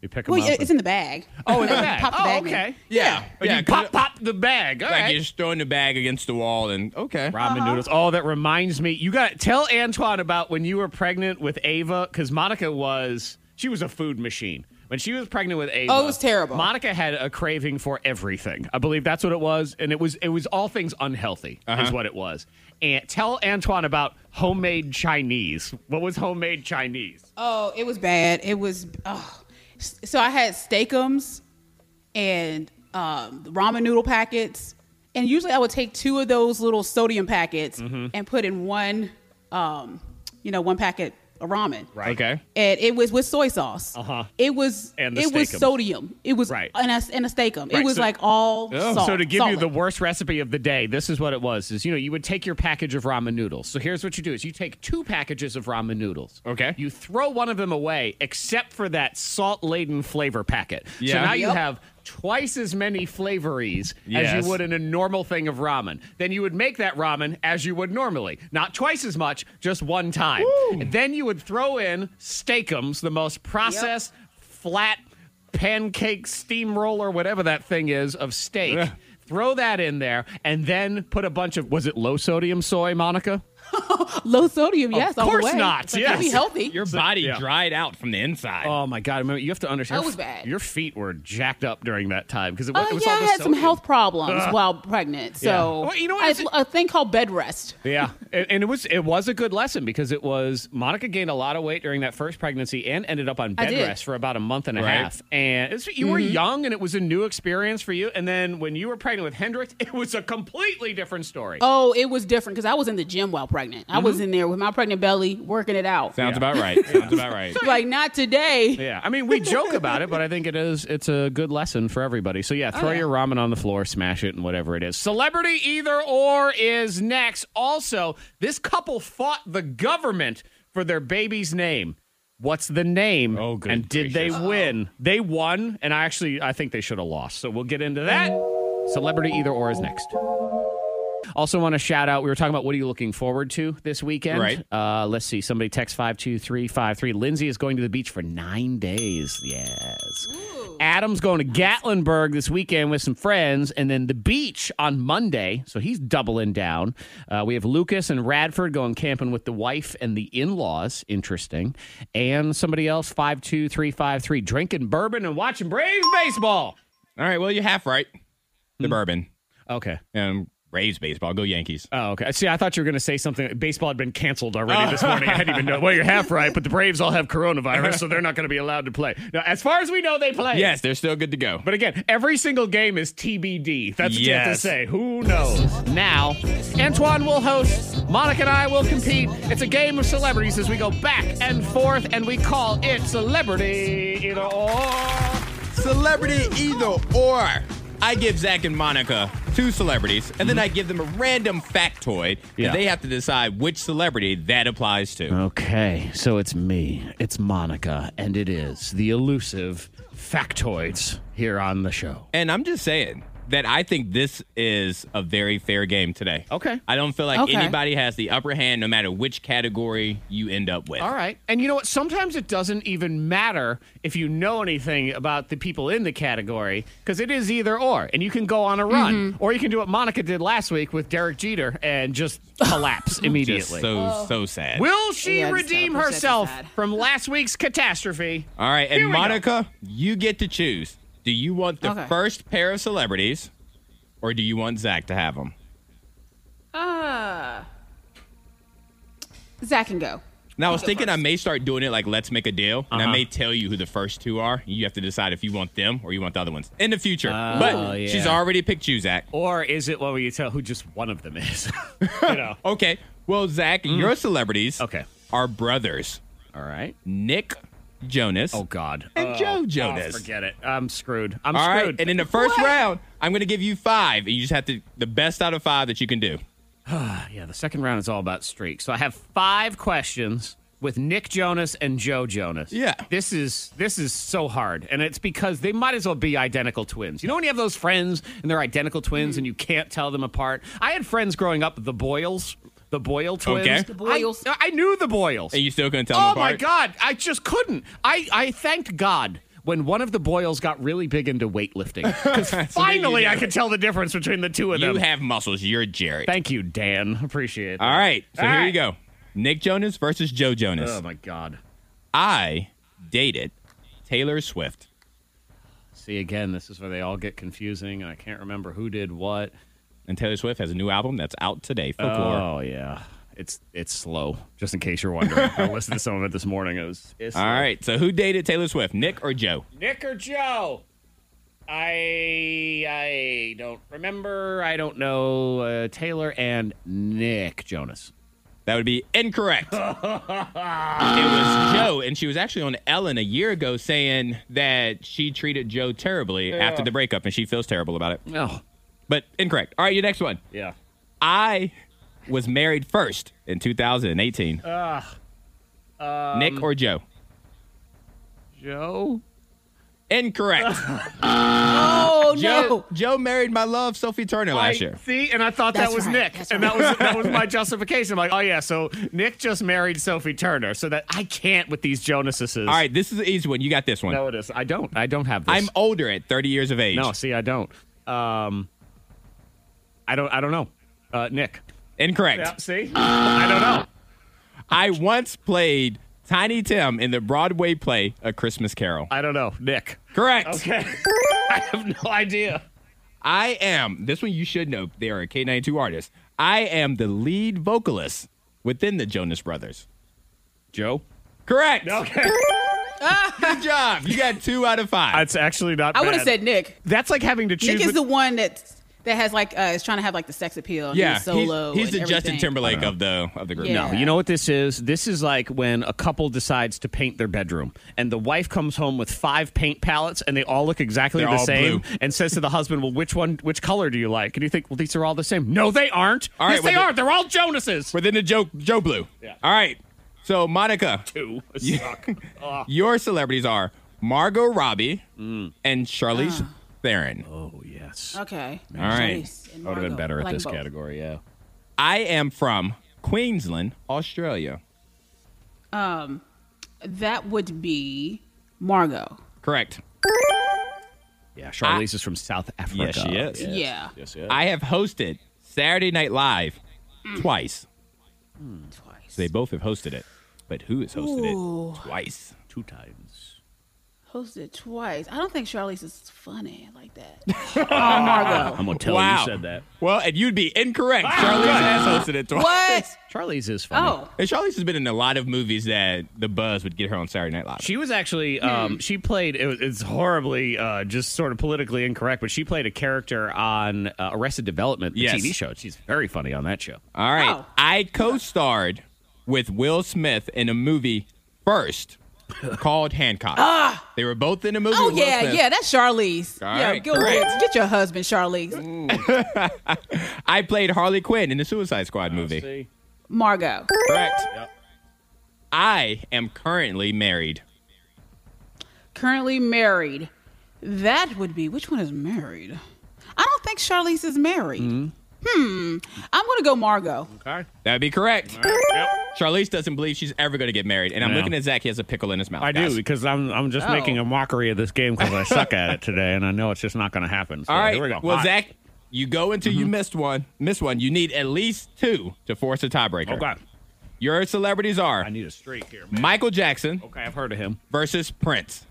S1: You pick 'em
S5: Well,
S1: up.
S5: yeah, it's in the bag.
S1: oh, in the
S5: You
S1: bag.
S5: pop the
S1: oh,
S5: bag in.
S1: okay.
S3: Yeah.
S1: Oh, you
S3: 'cause
S1: pop pop the bag. All
S3: Like
S1: right.
S3: you're just throwing the bag against the wall and okay.
S1: ramen
S5: Uh-huh.
S1: noodles. Oh, that reminds me. You got tell Antoine about when you were pregnant with Ava because Monica was she was a food machine. When she was pregnant with Ava,
S5: Oh, it was terrible.
S1: Monica had a craving for everything. I believe that's what it was, and it was it was all things unhealthy is what it was. And tell Antoine about homemade Chinese. What was homemade Chinese?
S5: Oh, it was bad. It was oh. so I had steakums and um, ramen noodle packets, and usually I would take two of those little sodium packets
S1: Mm-hmm.
S5: and put in one, um, you know, one packet of ramen.
S1: Right.
S3: Okay.
S5: And it was with soy sauce. Uh-huh. It was
S1: And the
S5: it was
S1: steakums.
S5: sodium. It was
S1: Right.
S5: and a, and a steakum.
S1: Right,
S5: It was
S1: so- Oh,
S5: like all salt.
S1: so to give you
S5: solid.
S1: the worst recipe of the day, this is what it was: is you know you would take your package of ramen noodles. So here's what you do: is you take two packages of ramen noodles.
S3: Okay.
S1: You throw one of them away, except for that salt laden flavor packet. So
S3: Yeah.
S1: now you
S5: Yep.
S1: have twice as many flavories as
S3: Yes.
S1: you would in a normal thing of ramen. Then you would make that ramen as you would normally, not twice as much, just one time. And then you would throw in steakums, the most processed flat pancake steamroller, whatever that thing is, of steak.
S3: Yeah.
S1: Throw that in there, and then put a bunch of was it low sodium soy, Monica?
S5: low sodium, yes, all the
S1: course
S5: way.
S1: not,
S5: It's Like, that'd
S1: yes.
S5: be healthy.
S3: Your body
S1: yeah.
S3: dried out from the inside.
S1: Oh my god! I mean, you have to understand.
S5: That was bad.
S1: Your feet were jacked up during that time because it, wa-
S5: Uh,
S1: it was
S5: yeah,
S1: all
S5: I
S1: the
S5: had some
S1: sodium.
S5: health problems while pregnant. So
S1: Yeah. Well, you know what,
S5: I
S1: it's-
S5: had a thing called bed rest.
S1: Yeah, and, and it was it was a good lesson because it was Monica gained a lot of weight during that first pregnancy and ended up on
S5: I
S1: bed
S5: did. Mm-hmm.
S1: rest for about a month and a
S3: Right.
S1: half. And it's, you were young, and it was a new experience for you. And then when you were pregnant with Hendrix, it was a completely different story.
S5: Oh, it was different because I was in the gym while pregnant. I
S1: Mm-hmm.
S5: was in there with my pregnant belly working it out.
S3: Sounds about right. Sounds about right.
S5: like not today.
S1: Yeah, I mean we joke about it, but I think it is it's a good lesson for everybody. So yeah, throw
S5: yeah.
S1: your ramen on the floor, smash it, and whatever it is. Celebrity either or is next. Also, this couple fought the government for their baby's name. What's the name?
S3: Oh, good
S1: and did
S3: gracious.
S1: they win? They won, and I actually I think they should have lost. So we'll get into that. Celebrity either or is next. Also, want to shout out. We were talking about what are you looking forward to this weekend?
S3: Right.
S1: Uh, let's see. Somebody text five two three five three. Lindsay is going to the beach for nine days. Yes. Adam's going to Gatlinburg this weekend with some friends, and then the beach on Monday. So he's doubling down. Uh, we have Lucas and Radford going camping with the wife and the in laws. Interesting. And somebody else five two three five three drinking bourbon and watching Braves baseball.
S3: All right. Well, you're half right.
S1: Hmm.
S3: The bourbon
S1: Okay.
S3: and Braves baseball. Go Yankees.
S1: Oh, okay. See, I thought you were going to say something. Baseball had been canceled already
S3: Oh.
S1: this morning. I didn't even know. Well, you're half right, but the Braves all have coronavirus, so they're not going to be allowed to play. Now, as far as we know, they play.
S3: Yes, they're still good to go.
S1: But again, every single game is TBD. That's what you have to
S3: Yes.
S1: say. Who knows? Now, Antoine will host. Monica and I will compete. It's a game of celebrities as we go back and forth, and we call it Celebrity Either Or.
S3: Celebrity either or. I give Zach and Monica two celebrities, and then I give them a random factoid,
S1: Hmm. Yeah. Uh-huh.
S3: and they have to decide which celebrity that applies to.
S1: Okay, so it's me, it's Monica, and it is the elusive factoids here on the show.
S3: And I'm just saying that I think this is a very fair game today.
S1: Okay.
S3: I don't feel like
S5: Okay.
S3: anybody has the upper hand, no matter which category you end up with.
S1: All right. And you know what? Sometimes it doesn't even matter if you know anything about the people in the category because it is either or. And you can go on a run. Or you can do what Monica did last week with Derek Jeter and just collapse
S3: Just
S1: immediately.
S3: so so sad.
S1: Will she
S5: Yeah, I just
S1: redeem
S5: got upset
S1: herself
S5: inside.
S1: from last week's catastrophe?
S3: All right,
S1: Here
S3: and
S1: we go.
S3: Monica, you get to choose. Do you want the
S5: Okay.
S3: first pair of celebrities, or do you want Zach to have them?
S5: Uh, Zach can go.
S3: Now I was thinking I may start doing it like let's make a deal, and
S1: Uh-huh.
S3: I may tell you who the first two are. You have to decide if you want them or you want the other ones in the future. but
S1: Oh, yeah.
S3: she's already picked you, Zach.
S1: Or is it what will you tell who just one of them is? you know.
S3: Okay. Well, Zach, your celebrities
S1: Mm-hmm. Okay.
S3: are brothers
S1: All right.
S3: Nick Jonas
S1: Oh God.
S3: and
S1: Oh,
S3: Joe
S1: oh,
S3: Jonas.
S1: forget it. I'm screwed. I'm
S3: All right.
S1: screwed.
S3: And in the first round, I'm going to give you five, and you just have to the best out of five that you can do.
S1: yeah, the second round is all about streaks. So I have five questions with Nick Jonas and Joe Jonas.
S3: Yeah.
S1: This is this is so hard. And it's because they might as well be identical twins. You know when you have those friends and they're identical twins and you can't tell them apart? I had friends growing up, the Boyles. The Boyle twins.
S3: Okay. The
S5: Boyles.
S1: I, I knew the Boyles.
S3: And you still couldn't tell
S1: Oh
S3: them
S1: my
S3: apart?
S1: God! I just couldn't. I I thanked God when one of the Boyles got really big into weightlifting 'Cause finally
S3: know.
S1: I could tell the difference between the two of
S3: You
S1: them.
S3: have muscles. You're Jerry.
S1: Thank you, Dan. Appreciate it.
S3: All right. So
S1: All
S3: here
S1: right.
S3: you go Nick Jonas versus Joe Jonas.
S1: Oh my God!
S3: I dated Taylor Swift.
S1: See again, this is where they all get confusing, and I can't remember who did what.
S3: And Taylor Swift has a new album that's out today, Folklore.
S1: Oh yeah, it's it's slow. Just in case you're wondering, I listened to some of it this morning. It was it's
S3: All right. So who dated Taylor Swift, Nick or Joe?
S1: Nick or Joe? I I don't remember. I don't know. Uh, Taylor and Nick Jonas.
S3: That would be incorrect. it was Joe, and she was actually on Ellen a year ago saying that she treated Joe terribly after the breakup, and she feels terrible about it.
S1: Oh
S3: But incorrect. All right, your next one.
S1: yeah.
S3: I was married first in 2018.
S1: Um,
S3: Nick or Joe?
S1: Joe.
S3: Incorrect.
S5: Oh
S3: Joe,
S5: no!
S3: Joe married my love, Sophie Turner, last
S1: I-
S3: year.
S1: See, and I thought
S5: That's
S1: that was
S5: right.
S1: Nick,
S5: That's
S1: and that was that was my justification. I'm like, oh yeah, so Nick just married Sophie Turner, so that I can't with these Jonasesses.
S3: All right, this is an easy one. You got this one.
S1: no, it is. I don't. I don't have this.
S3: I'm older at 30 years of age.
S1: no, see, I don't. Um, I don't. I don't know. Uh, Nick.
S3: Incorrect.
S1: see, I don't know.
S3: I once played Tiny Tim in the Broadway play A Christmas Carol.
S1: I don't know. Nick.
S3: Correct.
S1: Okay. I have no idea.
S3: I am, this one you should know, they are a K92 artist. I am the lead vocalist within the Jonas Brothers.
S1: Joe.
S3: Correct.
S1: Okay.
S3: Good job. You got two out of five.
S1: That's actually not.
S5: I would
S1: bad.
S5: have said Nick.
S1: that's like having to choose.
S5: Nick is
S1: bet-
S5: the one that's that has like uh, is trying to have like the sex appeal. And
S3: yeah,
S5: he's solo.
S3: he's, he's
S5: and
S3: the Justin
S5: everything.
S3: Timberlake of the of the group.
S5: Yeah.
S1: No, you know what this is? This is like when a couple decides to paint their bedroom and the wife comes home with five paint palettes and they all look exactly
S3: They're
S1: the
S3: all
S1: same
S3: blue.
S1: and says to the husband, Well, which one which color do you like? And you think, Well, these are all the same. No, they aren't.
S3: All right,
S1: yes,
S3: well,
S1: they
S3: the-
S1: are. They're all Jonases.
S3: Within the Joe Joe Blue.
S1: Yeah.
S3: All right. So Monica,
S1: Two. Suck.
S3: your celebrities are Margot Robbie and Charlize
S5: Ah.
S3: Theron.
S1: Mm. Oh yes.
S5: Okay. All
S3: right.
S1: I would have been better at this category, yeah.
S3: I am from Queensland, Australia.
S5: That would be Margot.
S3: Correct.
S1: Yeah, Charlize is from South Africa.
S3: Yes, she is.
S5: Yeah.
S1: Yes, yes.
S3: I have hosted Saturday Night Live twice.
S5: Mm. Twice.
S3: They both have hosted it, but who has hosted
S5: Ooh.
S3: it twice?
S1: Two times.
S5: Hosted twice. I don't think Charlize is funny like that. oh, Margot.
S1: I'm gonna tell
S3: wow.
S1: you said that.
S3: Well, and you'd be incorrect. Charlize has hosted it twice.
S5: Ah! What?
S1: Charlize is funny.
S5: Oh.
S3: And Charlize has been in a lot of movies that the buzz would get her on Saturday Night Live.
S1: She was actually
S3: Hmm.
S1: um, she played it was, it's horribly uh, just sort of politically incorrect, but she played a character on uh, Arrested Development, the
S3: Yes.
S1: TV show. She's very funny on that show.
S3: All right.
S5: Oh.
S3: I co starred with Will Smith in a movie first called Hancock. They were both in a movie.
S5: Ah! Oh
S3: with Will
S5: yeah,
S3: Smith.
S5: yeah. That's Charlize.
S3: All
S5: yeah,
S3: right,
S5: go
S3: correct.
S5: get, get your husband, Charlize.
S3: I played Harley Quinn in the Suicide Squad movie.
S5: Margot.
S3: Correct. I am currently married.
S5: Currently married. That would be which one is married? I don't think Charlize is married.
S1: Mm-hmm.
S5: Hmm. I'm gonna go Margot.
S1: Okay.
S3: That'd be correct. Charlize doesn't believe she's ever going to get married, and I'm
S1: No.
S3: looking at Zach. He has a pickle in his mouth.
S1: I
S3: guys.
S1: do because I'm I'm just
S5: Oh.
S1: making a mockery of this game because I suck at it today, and I know it's just not going to happen. So
S3: All right.
S1: here we go.
S3: Well,
S1: All right. Mm-hmm.
S3: Zach, you go until you missed one. Miss one. You need at least two to force a tiebreaker.
S1: Okay.
S3: Your celebrities
S1: I
S3: are
S1: need a streak here. man.
S3: Michael Jackson
S1: Okay, I've heard of him.
S3: versus Prince.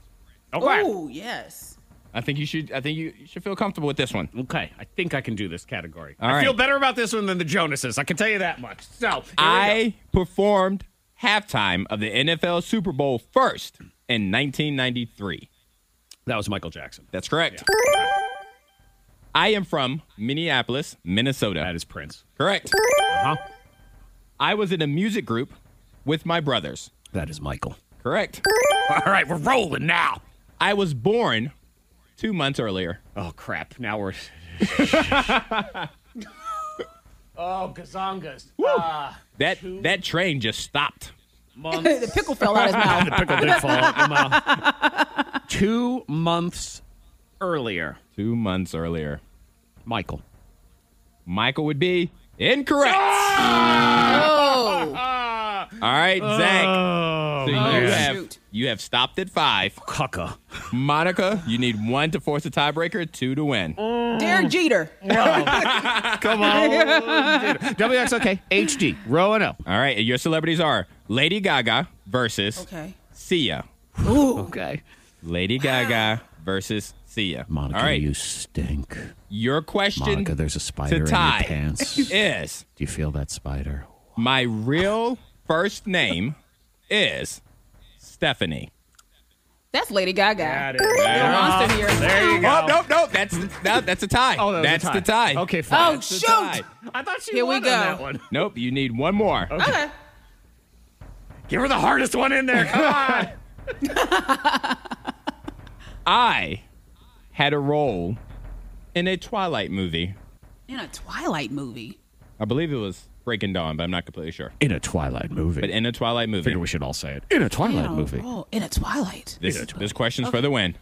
S1: Okay.
S5: Oh yes.
S3: I think you should. I think you, you should feel comfortable with this one.
S1: Okay, I think I can do this category.
S3: All
S1: I
S3: right.
S1: feel better about this one than the Jonas's. I can tell you that much. So here we go.
S3: I performed halftime of the NFL Super Bowl first in 1993.
S1: that was Michael Jackson.
S3: That's correct. I am from Minneapolis, Minnesota.
S1: That is Prince.
S3: correct.
S1: Uh huh.
S3: I was in a music group with my brothers.
S1: That is Michael.
S3: Correct.
S1: All right, we're rolling now.
S3: I was born two months earlier.
S1: Oh crap! Now we're. oh, gazongas. Ah.
S3: That that train just stopped.
S5: the pickle fell out his mouth.
S1: the pickle did fall out my mouth. Two months earlier,
S3: Two months earlier.
S1: Michael.
S3: Michael would be incorrect.
S1: Ah.
S3: All right, Zach.
S1: Oh.
S3: so you, have,
S5: shoot.
S3: you have stopped at five.
S1: Cucka.
S3: Monica, you need one to force a tiebreaker, two to win.
S5: Derek Jeter.
S1: Come on. WXOK HD Roanoke.
S3: All right, and your celebrities are Lady Gaga versus
S5: Okay.
S3: Sia.
S1: Okay.
S3: Lady Gaga versus Sia.
S1: Monica,
S3: All right,
S1: you stink.
S3: your question
S1: Monica, there's a spider in your
S3: tie.
S1: pants. Do
S3: is
S1: you feel that spider?
S3: my real first name is Stephanie.
S5: That's Lady Gaga.
S1: is.
S5: Little monster here.
S1: There you go.
S3: Oh, no, no, that's no, that's a tie.
S1: Oh, that was a
S3: that's the tie.
S1: Okay, fine.
S5: Oh,
S1: Oh,
S3: That's a
S5: shoot.
S3: tie.
S1: I thought she
S5: Here we
S1: won
S5: go.
S1: on that one.
S3: Nope, you need one more.
S5: Okay.
S1: Give her the hardest one in there. Come on.
S3: I had a role in a Twilight movie.
S5: In a Twilight movie.
S3: I believe it was Breaking Dawn, but I'm not completely sure.
S1: In a Twilight movie.
S3: But in a Twilight movie.
S1: figure we should all say it. In a Twilight
S5: Oh,
S1: movie.
S5: Oh, in a Twilight.
S3: This, this question's for the win.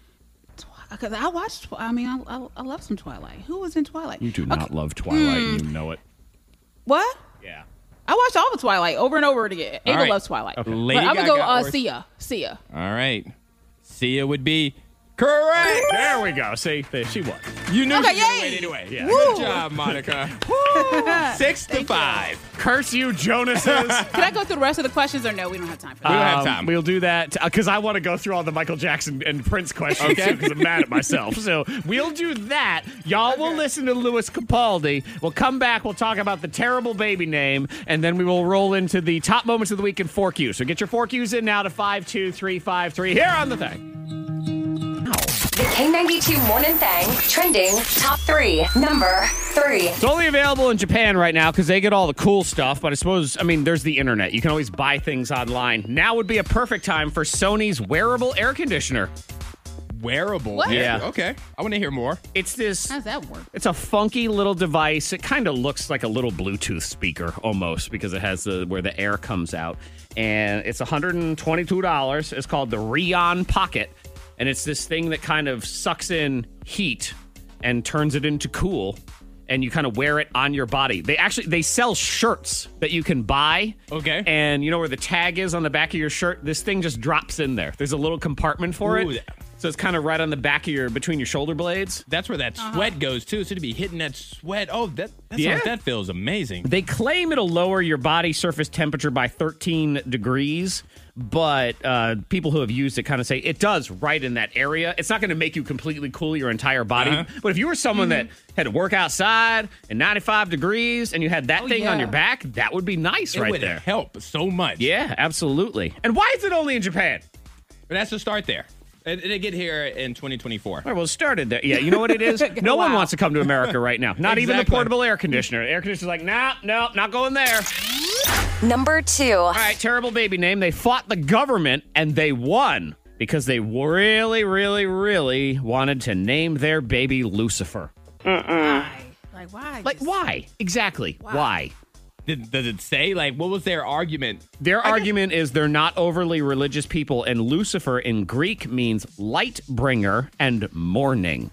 S5: Because I watched, Twi- I mean, I, I, I love some Twilight. Who was in Twilight? Uh,
S1: You do not love Twilight. and You know it.
S5: What?
S1: Yeah.
S5: I watched all the Twilight over and over again. Angel
S3: right.
S5: loves Twilight.
S3: Okay.
S5: But
S3: Lady
S5: I'm gonna go
S3: Gaga
S5: uh,
S3: or-
S5: Sia. Sia.
S3: All right. Sia would be correct.
S1: There we go. See, there- she won.
S3: You knew
S5: Okay,
S3: she would
S5: yay.
S3: win anyway.
S1: Yeah.
S3: Good job, Monica. Woo. Six to five.
S1: Curse you, Jonases.
S5: Can I go through the rest of the questions or no? We don't have time for
S3: We
S5: that.
S3: don't have
S1: Um,
S3: time.
S1: We'll do that because I want to go through all the Michael Jackson and Prince questions
S3: Okay.
S1: because I'm mad at myself. So we'll do that. Y'all will listen to Louis Capaldi. We'll come back. We'll talk about the terrible baby name, and then we will roll into the top moments of the week in 4Q. So get your 4Qs in now to 52353 here on the thing.
S2: The K92 Morning Thang trending top three. Number three.
S1: It's only available in Japan right now because they get all the cool stuff. But I suppose, I mean, there's the internet. You can always buy things online. Now would be a perfect time for Sony's wearable air conditioner.
S3: Wearable.
S5: What?
S3: Yeah.
S1: Yeah.
S3: Okay. I want to hear more.
S1: It's this.
S5: How does that work?
S1: It's a funky little device. It kind of looks like a little Bluetooth speaker almost because it has the where the air comes out. And it's $122. It's called the Rion Pocket. And it's this thing that kind of sucks in heat and turns it into cool. And you kind of wear it on your body. They actually they sell shirts that you can buy.
S3: Okay.
S1: And you know where the tag is on the back of your shirt? This thing just drops in there. There's a little compartment for
S3: Ooh,
S1: it.
S3: that-
S1: So it's kind of right on the back of your between your shoulder blades.
S3: That's where that
S5: Uh-huh.
S3: sweat goes too. So to be hitting that sweat, oh, that that,
S1: Yeah.
S3: sounds, that feels amazing.
S1: They claim it'll lower your body surface temperature by 13 degrees, but uh, people who have used it kind of say it does right in that area. It's not going to make you completely cool your entire body.
S3: Uh-huh. Mm-hmm.
S1: But if you were someone that had to work outside in 95 degrees and you had that
S5: Oh,
S1: thing on
S5: yeah.
S1: your back, that would be nice
S3: It
S1: right
S3: would
S1: there.
S3: help so much.
S1: Yeah, absolutely. And why is it only in Japan?
S3: But that's the start there. And and they get here in 2024.
S1: Well, it started there. Yeah, you know what it is? No one
S5: Wow.
S1: wants to come to America right now. Not even the
S3: Exactly.
S1: portable air conditioner. The air conditioner's like, nah, no, not going there.
S2: Number two.
S1: All right, terrible baby name. They fought the government and they won because they really, really, really wanted to name their baby Lucifer.
S5: Why? Mm. Like why?
S1: Like,
S5: Just-
S1: why? Exactly. Why?
S3: Did, does it say like what was their argument?
S1: Their argument is they're not overly religious people, and Lucifer in Greek means light bringer and morning.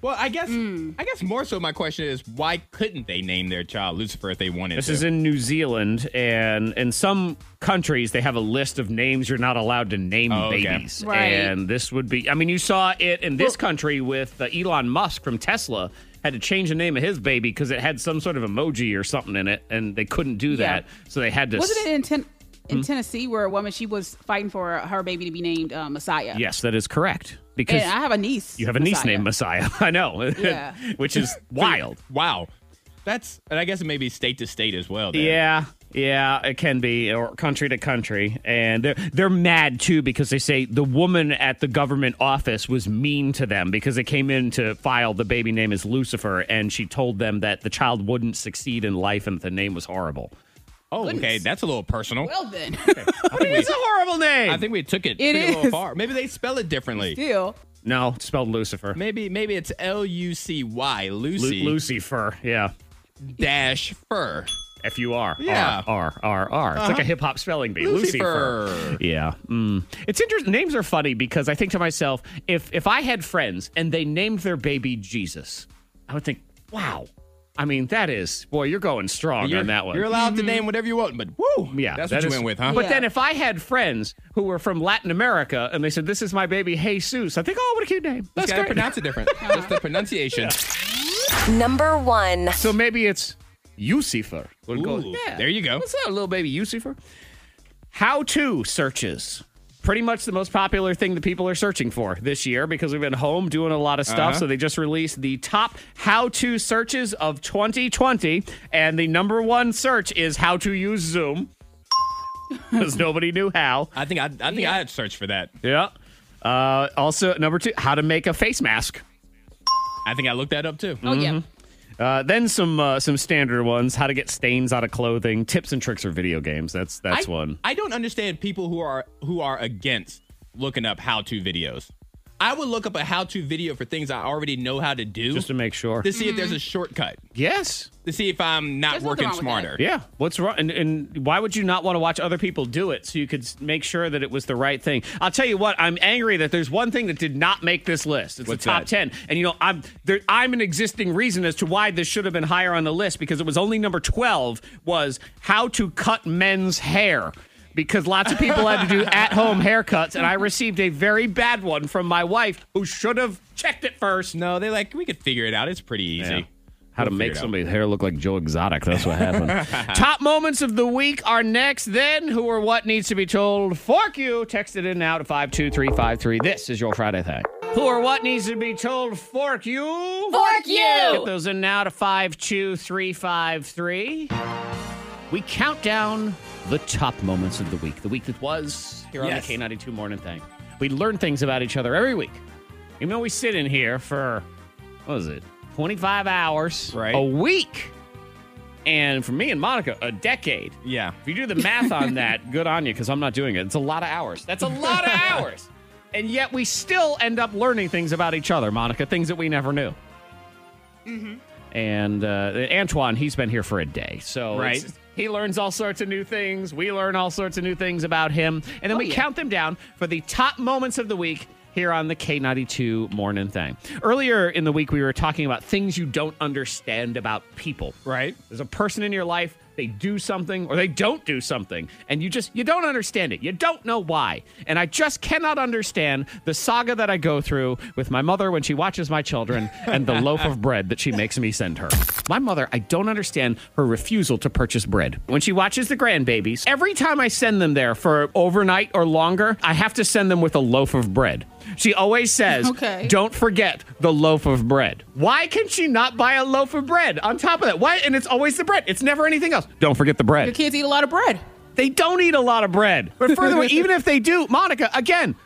S3: Well, I guess
S5: Hmm.
S3: I guess more so. My question is, why couldn't they name their child Lucifer if they wanted
S1: This
S3: to?
S1: is in New Zealand, and in some countries, they have a list of names you're not allowed to name
S3: Oh, okay.
S1: babies.
S5: Right.
S1: And this would be, I mean, you saw it in this country with uh, Elon Musk from Tesla had to change the name of his baby because it had some sort of emoji or something in it, and they couldn't do that. So they had to.
S5: Wasn't it in ten- in Tennessee where a woman she was fighting for her baby to be named uh, Messiah?
S1: Yes, that is correct. because
S5: And I have a niece.
S1: you have a niece
S5: Messiah.
S1: named Messiah. I know,
S5: Yeah.
S1: which is wild.
S3: Wow. That's, and I guess it may be state to state as well. then.
S1: Yeah, yeah, it can be, or country to country, and they're they're mad too because they say the woman at the government office was mean to them because they came in to file the baby name as Lucifer, and she told them that the child wouldn't succeed in life and that the name was horrible.
S3: Oh, okay. That's a little personal.
S5: Well then,
S3: I, think
S1: It's a
S3: we,
S1: horrible name.
S3: I think we took it,
S5: It
S3: took a little
S5: is.
S3: far. Maybe they spell it differently.
S5: still,
S1: no, it's spelled Lucifer.
S3: Maybe maybe it's L U C Y
S1: Lu-
S3: Lucy
S1: Lucifer, yeah.
S3: dash fur.
S1: F U R.
S3: Yeah.
S1: R R R. R. It's like a hip hop spelling bee.
S3: Lucifer.
S1: Yeah. Mm. It's interesting. Names are funny because I think to myself, if if I had friends and they named their baby Jesus, I would think, wow. I mean, that is boy, you're going strong
S3: You're,
S1: on that one.
S3: you're allowed to name whatever you want, but woo,
S1: yeah,
S3: that's
S1: that
S3: what you
S1: is-
S3: went with,
S1: But
S3: huh?
S5: Mm-hmm. Yeah.
S1: then, if I had friends who were from Latin America and they said, "This is my baby Jesus," I think, "Oh, what a cute name!"
S3: That's
S1: That's
S3: gotta
S1: great.
S3: pronounce it different. That's the pronunciation.
S2: Number one.
S1: So maybe it's Lucifer. Would go-
S3: Ooh, There you go.
S1: What's up, little baby Lucifer? How to searches. Pretty much the most popular thing that people are searching for this year because we've been home doing a lot of
S3: Uh-huh.
S1: stuff. So they just released the top how to searches of 2020. And the number one search is how to use Zoom because nobody knew how.
S3: I think I, I think I'd search for that.
S1: Yeah. Uh, also, number two, how to make a face mask.
S3: I think I looked that up too.
S1: Mm,
S5: oh yeah,
S1: Uh, then some uh, some standard ones: how to get stains out of clothing, tips and tricks for video games. That's that's
S3: I,
S1: one.
S3: I don't understand people who are who are against looking up how to videos. I would look up a how to video for things I already know how to do
S1: Just to make sure.
S3: to see if there's a shortcut.
S1: yes.
S3: To see if I'm not
S5: Mm-hmm. There's nothing
S3: working
S5: wrong with that.
S3: smarter.
S1: Yeah. What's wrong? And, and why would you not want to watch other people do it so you could s- make sure that it was the right thing? I'll tell you what. I'm angry that there's one thing that did not make this list. It's
S3: What's
S1: the top
S3: that?
S1: ten, and you know I'm there, I'm an existing reason as to why this should have been higher on the list because it was only number twelve was how to cut men's hair. Because lots of people had to do at home haircuts, and I received a very bad one from my wife who should have checked it first.
S3: No, they like we could figure it out. It's pretty easy.
S1: How to
S3: We'll
S1: make
S3: figure it out.
S1: somebody's hair look like Joe Exotic. That's what happened. Top moments of the week are next. Then, who or what needs to be told? Fork you. Text it in now to 52353. This is your Friday thing. Who or what needs to be told? Fork you.
S2: Fork
S1: Get
S2: you!
S1: those in now to 52353. We count down the top moments of the week, the week that was here on
S3: Yes.
S1: the K92 Morning Thing. We learn things about each other every week. Even though we sit in here for, what is it, 25 hours
S3: Right.
S1: a week. And for me and Monica, a decade.
S3: Yeah.
S1: If you do the math on that, good on you, because I'm not doing it. It's a lot of hours. That's a lot of hours. And yet we still end up learning things about each other, Monica, things that we never knew.
S3: Mm-hmm.
S1: And uh, Antoine, he's been here for a day. So
S3: Right.
S1: it's- he learns all sorts of new things. We learn all sorts of new things about him. And then
S3: Oh,
S1: we count them down for the top moments of the week here on the K92 Morning Thing. Earlier in the week, we were talking about things you don't understand about people.
S3: Right.
S1: There's a person in your life, they do something or they don't do something, and you just you don't understand it. You don't know why. And I just cannot understand the saga that I go through with my mother when she watches my children and the loaf of bread that she makes me send her. My mother, I don't understand her refusal to purchase bread. When she watches the grandbabies, every time I send them there for overnight or longer, I have to send them with a loaf of bread. She always says,
S5: Okay.
S1: "Don't don't forget the loaf of bread. Why can she not buy a loaf of bread on top of that? Why? And it's always the bread. It's never anything else. Don't forget the bread.
S5: your kids eat a lot of bread.
S1: They don't eat a lot of bread. But furthermore, even if they do, Monica, again,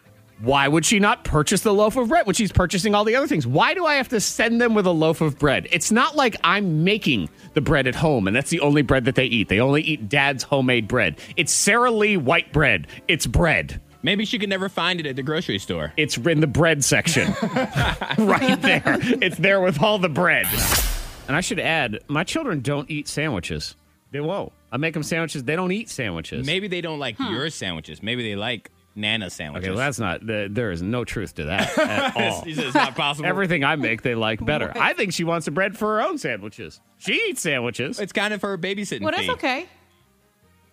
S1: why would she not purchase the loaf of bread when she's purchasing all the other things? Why do I have to send them with a loaf of bread? It's not like I'm making the bread at home and that's the only bread that they eat. They only eat dad's homemade bread. It's Sara Lee white bread. It's bread.
S3: Maybe she could never find it at the grocery store.
S1: It's in the bread section. right there. It's there with all the bread. And I should add, my children don't eat sandwiches. They won't. I make them sandwiches. They don't eat sandwiches.
S3: Maybe they don't like your sandwiches. Maybe they like Nana sandwiches.
S1: Okay, well, that's not, th- there is no truth to that at all.
S3: It's- it's not possible.
S1: Everything I make, they like better. I think she wants the bread for her own sandwiches. She eats sandwiches.
S3: it's kind of her babysitting
S5: Well, that's
S3: fee.
S5: okay.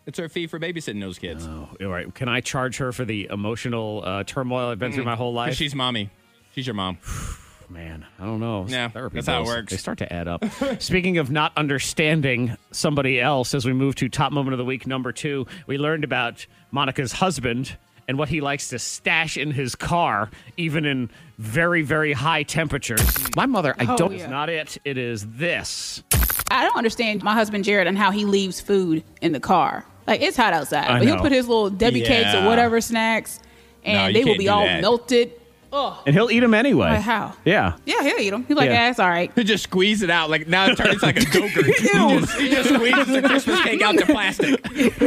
S3: It's her fee for babysitting those kids.
S1: Oh, all right. Can I charge her for the emotional uh, turmoil I've been through my whole
S3: 'Cause
S1: life?
S3: Mm. She's mommy. She's your mom.
S1: Man, I don't know.
S3: Yeah,
S1: Therapy
S3: that's how it
S1: bills,
S3: works.
S1: They start to add up. Speaking of not understanding somebody else, as we move to top moment of the week number two, we learned about Monica's husband and what he likes to stash in his car, even in very, very high temperatures. My mother, I
S5: Oh,
S1: don't.
S5: yeah.
S1: It's not it. It is this.
S5: I don't understand my husband Jared and how he leaves food in the car. Like it's hot outside,
S1: I
S5: but he'll
S1: know.
S5: put his little Debbie cakes
S3: Yeah.
S5: or whatever snacks,
S3: No,
S5: and
S3: you
S5: they will
S3: can't
S5: be
S3: do
S5: all
S3: that.
S5: melted. Oh,
S1: And he'll eat them anyway.
S5: Like how?
S1: Yeah.
S5: yeah, he'll eat them. He's like,
S1: Yeah.
S5: yeah, it's all right.
S3: He just squeeze it out like now it turns like a Joker. he, just, he just squeezes the Christmas cake out to plastic.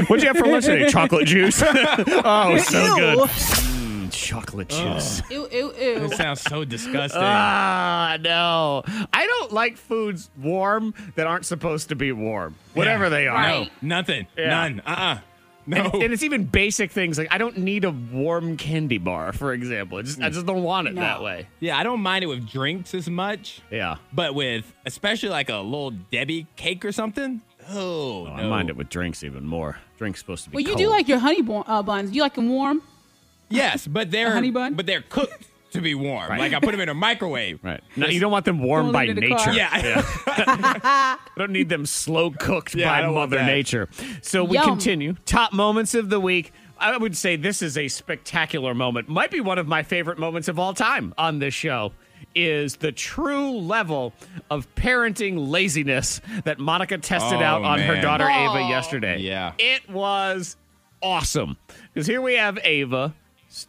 S1: What'd you have for lunch today? Chocolate juice. oh, so good. Mm, chocolate juice.
S5: Ew, ew, ew.
S3: It sounds so disgusting.
S1: Ah, no. I don't like foods warm that aren't supposed to be warm, whatever
S3: Yeah.
S1: they are.
S5: Right.
S3: Nothing.
S1: Yeah.
S3: None. Uh. uh No.
S1: And, and it's even basic things like I don't need a warm candy bar, for example. I just, I just don't want it
S5: No.
S1: that way.
S3: yeah, I don't mind it with drinks as much.
S1: Yeah.
S3: But with especially like a little Debbie cake or something. Oh, no.
S1: I mind it with drinks even more. Drinks supposed to be
S5: Well, you do
S1: cold.
S5: like your honey bun- uh, buns. You like them warm.
S3: Yes, but they're
S5: honey bun?
S3: but they're cooked to be warm.
S1: Right.
S3: Like I put them in a microwave.
S1: Right. No, you don't want them warm
S5: Don't
S1: by
S5: leave it in the
S1: nature.
S5: car.
S3: Yeah.
S1: You don't need them slow cooked
S3: Yeah, I
S1: by
S3: don't want
S1: Mother
S3: that.
S1: Nature. So we
S5: Yum.
S1: continue. Top moments of the week. I would say this is a spectacular moment. Might be one of my favorite moments of all time on this show. Is the true level of parenting laziness that Monica tested
S3: Oh,
S1: out on her
S3: man.
S1: daughter Ava
S5: Oh.
S1: yesterday?
S3: Yeah.
S1: It was awesome. Because here we have Ava,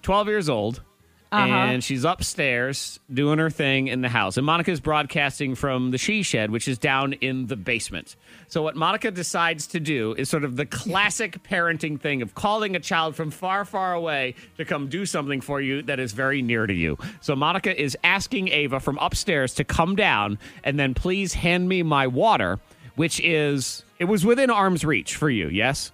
S1: 12 years old, and she's upstairs doing her thing in the house. And Monica's broadcasting from the she shed, which is down in the basement. So, what Monica decides to do is sort of the classic parenting thing of calling a child from far, far away to come do something for you that is very near to you. So, Monica is asking Ava from upstairs to come down and then please hand me my water, which is, it was within arm's reach for you, yes?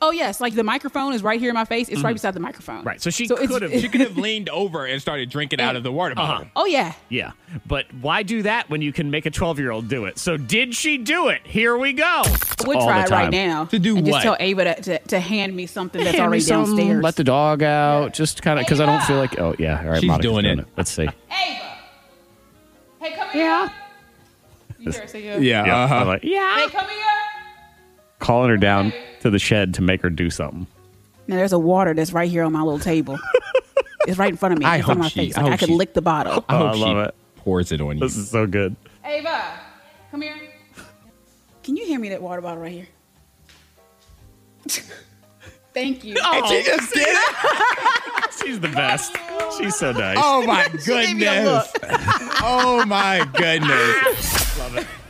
S5: Oh yes, like the microphone is right here in my face. It's right beside the microphone.
S1: Mm-hmm. Right, so she
S5: it's-
S1: could've-
S5: it-
S3: She could have leaned over and started drinking out of the water bottle.
S5: oh yeah.
S1: Yeah. But why do that when you can make a 12 year old do it? So, did she do it? Here we go.
S5: We'll
S1: All
S5: try
S1: the
S5: it right
S1: time.
S5: now
S3: To do
S5: and
S3: what?
S5: Just tell Ava to, to, to hand me something that's
S1: Hand me
S5: already
S1: some,
S5: downstairs.
S1: Let the dog out. Just kind of because I don't feel like. Oh yeah, all right.
S3: She's
S1: Monica's
S3: doing it.
S1: Let's see.
S5: Ava, hey, come here. Yeah. You hear her say yeah?
S3: Yeah.
S1: Yeah,
S3: uh-huh.
S1: I'm like, yeah.
S5: Hey, come here.
S1: Calling her down to the shed to make her do something.
S5: Now there's a water that's right here on my little table. it's right in front of me.
S3: I
S5: in front
S3: hope
S5: of my
S3: she-
S5: face.
S3: I
S5: Like, I,
S3: hope
S5: could
S3: she-
S5: lick the bottle.
S3: I hope
S1: I love
S3: she
S1: it.
S3: pours it on you.
S1: This is so good.
S5: Ava, come here. Can you hand me that water bottle right here? Thank you.
S3: And she just did it.
S1: She's the best. She's so nice.
S3: Oh my
S5: gave me a
S3: goodness. oh my goodness.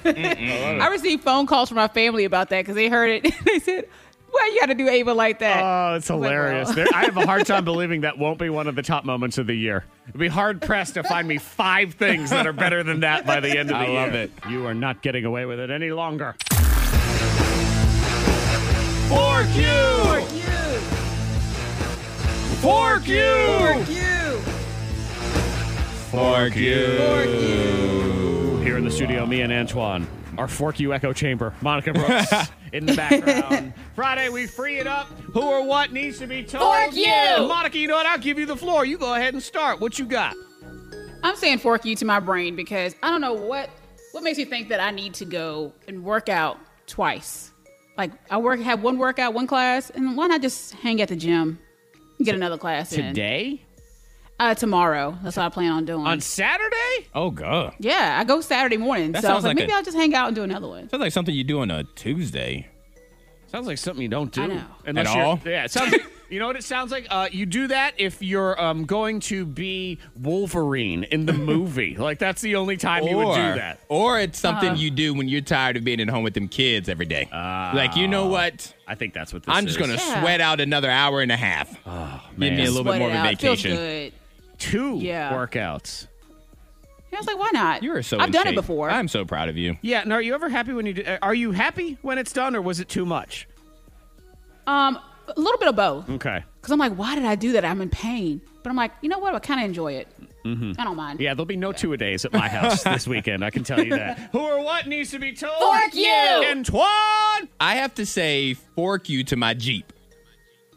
S5: I received phone calls from my family about that because they heard it. they said, "Well, you got to do Ava like that."
S1: Oh, it's hilarious. There, I have a hard time believing that won't be one of the top moments of the year. It'd be hard pressed to find me five things that are better than that by the end of the
S3: I
S1: year.
S3: love it.
S1: You are not getting away with it any longer.
S3: Fork you. Fork you. Fork you.
S1: Here in the studio, me and Antoine, our Fork You Echo Chamber, Monica Brooks in the background. Friday, we free it up. Who or what needs to be told?
S5: Fork you!
S1: Monica, you know what? I'll give you the floor. You go ahead and start. What you got?
S5: I'm saying fork you to my brain because I don't know what what makes me think that I need to go and work out twice. Like I work have one workout, one class, and why not just hang at the gym, and get another class in?
S1: Today?
S5: uh, tomorrow. That's what I plan on doing.
S1: On Saturday?
S3: Oh god.
S5: yeah, I go Saturday morning,
S3: That
S5: so I
S3: sounds
S5: was
S3: like
S5: like, maybe
S3: a-
S5: i I'll just hang out and do another one.
S3: Sounds like something you do on a Tuesday.
S1: Sounds like something you don't do.
S5: I know.
S1: Unless
S3: At
S1: you're-
S3: all?
S1: Yeah, it sounds like, you know what it sounds like? Uh, you do that if you're um, going to be Wolverine in the movie. like, that's the only time you would do that.
S3: Or it's something
S5: Uh-huh.
S3: you do when you're tired of being at home with them kids every day. like, you know what?
S1: I think that's what this
S3: I'm just
S1: is.
S3: going to
S5: Yeah.
S3: sweat out another hour and a half.
S1: Oh,
S3: Give me a little bit
S5: Sweat
S3: more
S5: it
S3: of a
S5: out. It feels
S3: vacation.
S5: good.
S1: two
S5: Yeah.
S1: workouts.
S5: Yeah, I was like, why not?
S3: You are so
S5: I've
S3: in
S5: done
S3: shape.
S5: it before.
S3: I'm so proud of you.
S1: Yeah, and are you ever happy when you do? uh, Are you happy when it's done, or was it too much?
S5: Um, a little bit of both.
S1: Okay.
S5: Because I'm like, why did I do that? I'm in pain. But I'm like, you know what? I kind of enjoy it.
S3: Mm-hmm.
S5: I don't mind.
S1: Yeah, there'll be no two a days at my house this weekend. I can tell you that. Who or what needs to be told?
S5: Fork you!
S1: Antoine.
S3: I have to say, fork you to my Jeep.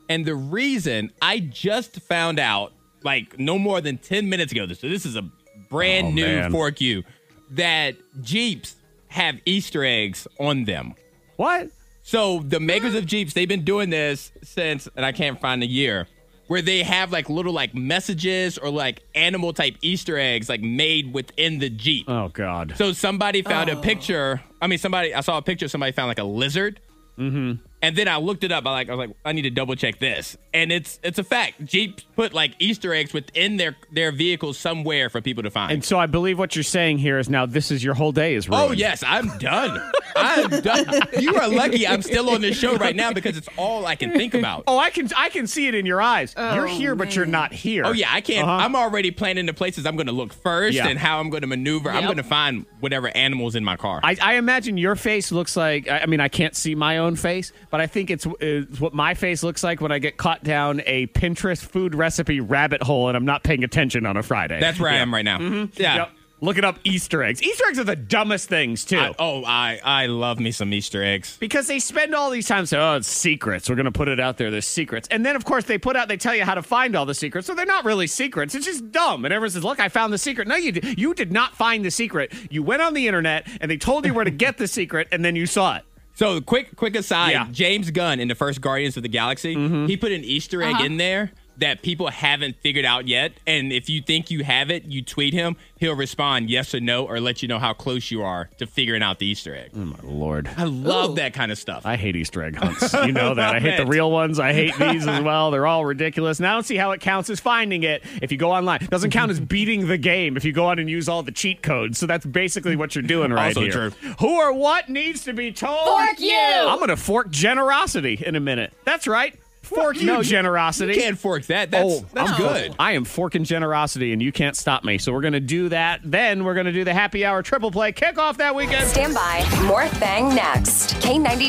S3: And the reason I just found out, like no more than 10 minutes ago, so this is a brand
S1: Oh,
S3: new
S1: man.
S3: fork you, that Jeeps have Easter eggs on them.
S1: What?
S3: So the makers of Jeeps, they've been doing this since, and I can't find the year, where they have like little like messages or like animal type Easter eggs like made within the Jeep.
S1: Oh God.
S3: So somebody found a picture. I mean, somebody. I saw a picture. Somebody found like a lizard. Mm-hmm. And then I looked it up. I like. I was like, I need to double check this. And it's it's a fact. Jeep put like Easter eggs within their their vehicles somewhere for people to find.
S1: and so I believe what you're saying here is now this is your whole day is ruined.
S3: Oh yes, I'm done. I'm done. You are lucky. I'm still on this show right now because it's all I can think about.
S1: Oh, I can I can see it in your eyes. you're here, but you're not here.
S3: Oh yeah, I can't. I'm already planning the places I'm going to look first
S1: Uh-huh. Yeah.
S3: and how I'm going to maneuver. I'm
S5: Yep.
S3: going to find whatever animals in my car.
S1: I, I imagine your face looks like. I, I mean, I can't see my own face, but I think it's, it's what my face looks like when I get caught down a Pinterest food recipe rabbit hole and I'm not paying attention on a Friday.
S3: That's where I am right now. Yeah.
S1: Yep. Looking up Easter eggs. Easter eggs are the dumbest things too.
S3: I- oh, I I love me some Easter eggs.
S1: because they spend all these times saying, "Oh, it's secrets. We're going to put it out there. There's secrets." And then, of course, they put out. They tell you how to find all the secrets, so they're not really secrets. It's just dumb. And everyone says, "Look, I found the secret." No, you did. you did not find the secret. You went on the internet and they told you where to get the secret, and then you saw it.
S3: So quick, quick aside.
S1: Yeah. Mm-hmm.
S3: James Gunn in the first Guardians of the Galaxy, he put an Easter egg in there that people haven't figured out yet. And if you think you have it, you tweet him. He'll respond yes or no, or let you know how close you are to figuring out the Easter egg.
S1: Oh, my lord.
S3: I love that kind of stuff.
S1: I hate Easter egg hunts. You know that. I hate the
S3: it.
S1: real ones. I hate these as well. They're all ridiculous. And I don't see how it counts as finding it if you go online. Doesn't count as beating the game if you go on and use all the cheat codes. So that's basically what you're doing right
S3: Also
S1: here.
S3: true.
S1: Who or what needs to be told?
S2: Fork you!
S1: I'm going to fork generosity in a minute. That's right. Fork you,
S3: No, you-
S1: generosity. Oh,
S3: you can't fork that. That's that's
S1: I'm
S3: good.
S1: I am forking generosity, and you can't stop me. So we're going to do that. Then we're going to do the happy hour triple play kickoff that weekend.
S2: Stand by. More Thang next.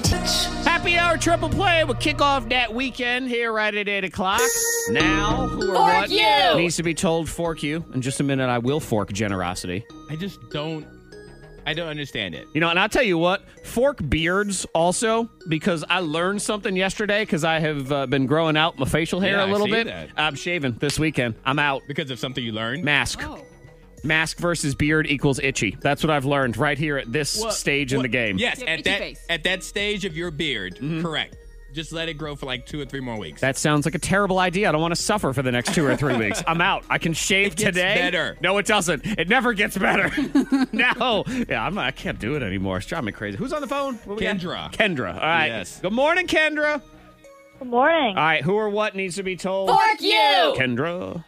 S2: K92.
S1: Happy hour triple play will kick off that weekend here right at 8 o'clock. Now, who or what
S2: you!
S1: needs to be told fork you. In just a minute, I will fork generosity.
S3: I just don't. I don't understand it.
S1: You know, and I'll tell you what, fork beards also, because I learned something yesterday because I have uh, been growing out my facial hair
S3: Yeah,
S1: a
S3: I
S1: little
S3: see
S1: bit.
S3: that.
S1: I'm shaving this weekend. I'm out.
S3: Because of something you learned.
S1: Mask.
S5: Oh.
S1: Mask versus beard equals itchy. That's what I've learned right here at this
S3: Well,
S1: stage in
S3: well,
S1: the game.
S3: Yes,
S5: Yeah,
S3: at
S5: itchy
S3: that
S5: face.
S3: at that stage of your beard, correct. Just let it grow for like two or three more weeks.
S1: Mm-hmm. That sounds like a terrible idea. I don't want to suffer for the next two or three weeks. I'm out. I can shave
S3: It gets
S1: today.
S3: better.
S1: No, it doesn't. It never gets better. no. Yeah, I'm not, I can't do it anymore. It's driving me crazy. Who's on the phone? What we got?
S3: Kendra.
S1: Kendra. All right.
S3: Yes.
S1: Good morning, Kendra.
S7: Good morning.
S1: All right. Who or what needs to be told?
S2: Fork you!
S1: Kendra.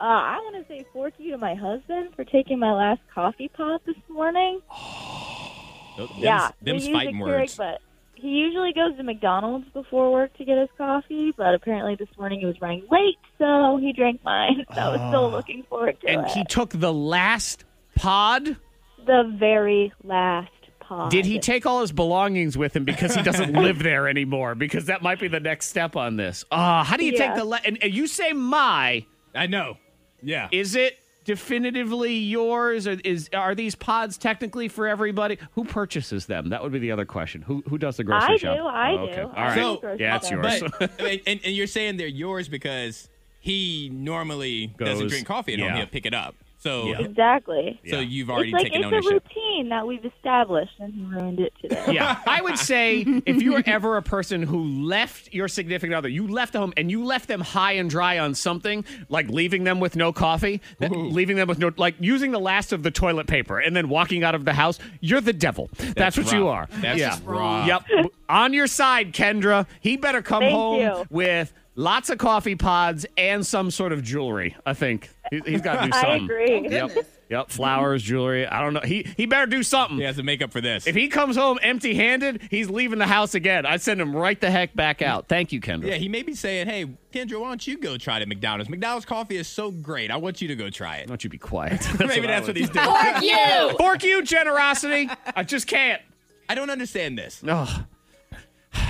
S7: Uh, I want to say fork you to my husband for taking my last coffee pot this morning.
S1: Oh,
S3: Them's-
S7: yeah,
S3: them's
S7: we use
S3: fighting
S7: a Keurig,
S3: words.
S7: But he usually goes to McDonald's before work to get his coffee. But apparently this morning it was running late, so he drank mine. So I was still looking forward to
S1: Ah. And
S7: it.
S1: he took the last pod.
S7: the very last pot.
S1: Did he take all his belongings with him because he doesn't live there anymore? Because that might be the next step on this. Ah, how do you take
S7: Yeah.
S1: the la- and, and you say my?
S3: I know. Yeah.
S1: Is it definitively yours? Or is are these pods technically for everybody? Who purchases them? That would be the other question. Who who does the grocery
S7: I do.
S1: shop?
S7: I
S1: Oh,
S7: do.
S1: okay. All
S7: I
S1: right.
S7: do
S3: So-
S7: grocery
S1: Yeah, it's
S7: shopping.
S1: yours.
S3: But I mean, and, and you're saying they're yours because he normally doesn't
S1: Goes-
S3: drink coffee at
S1: yeah.
S3: home. He'll pick it up. So
S1: Yeah.
S7: Exactly.
S3: so you've already
S7: It's like
S3: taken
S7: it's a
S3: ownership.
S7: routine that we've established, and he ruined it today.
S1: yeah. I would say if you were ever a person who left your significant other, you left the home and you left them high and dry on something, like leaving them with no coffee, that- leaving them with no, like using the last of the toilet paper and then walking out of the house, you're the devil. That's, what you are.
S3: rough. That's
S1: yeah.
S3: rough.
S1: Yep. On your side, Kendra. He better come
S7: Thank
S1: home
S7: you.
S1: with lots of coffee pods and some sort of jewelry, I think. He- He's got to do something.
S7: I agree.
S1: Yep. Yep. Flowers, jewelry. I don't know. He he better do something.
S3: He has to make up for this.
S1: If he comes home empty handed, he's leaving the house again. I send him right the heck back out. Thank you, Kendra.
S3: yeah, he may be saying, "Hey, Kendra, why don't you go try it at McDonald's? McDonald's coffee is so great. I want you to go try
S1: Why
S3: it."
S1: don't you be quiet?
S3: Maybe
S1: I
S3: that's
S1: would
S3: what
S1: do.
S3: he's doing.
S2: Fork you!
S1: Fork you, generosity. I just can't.
S3: I don't understand this.
S1: Ugh.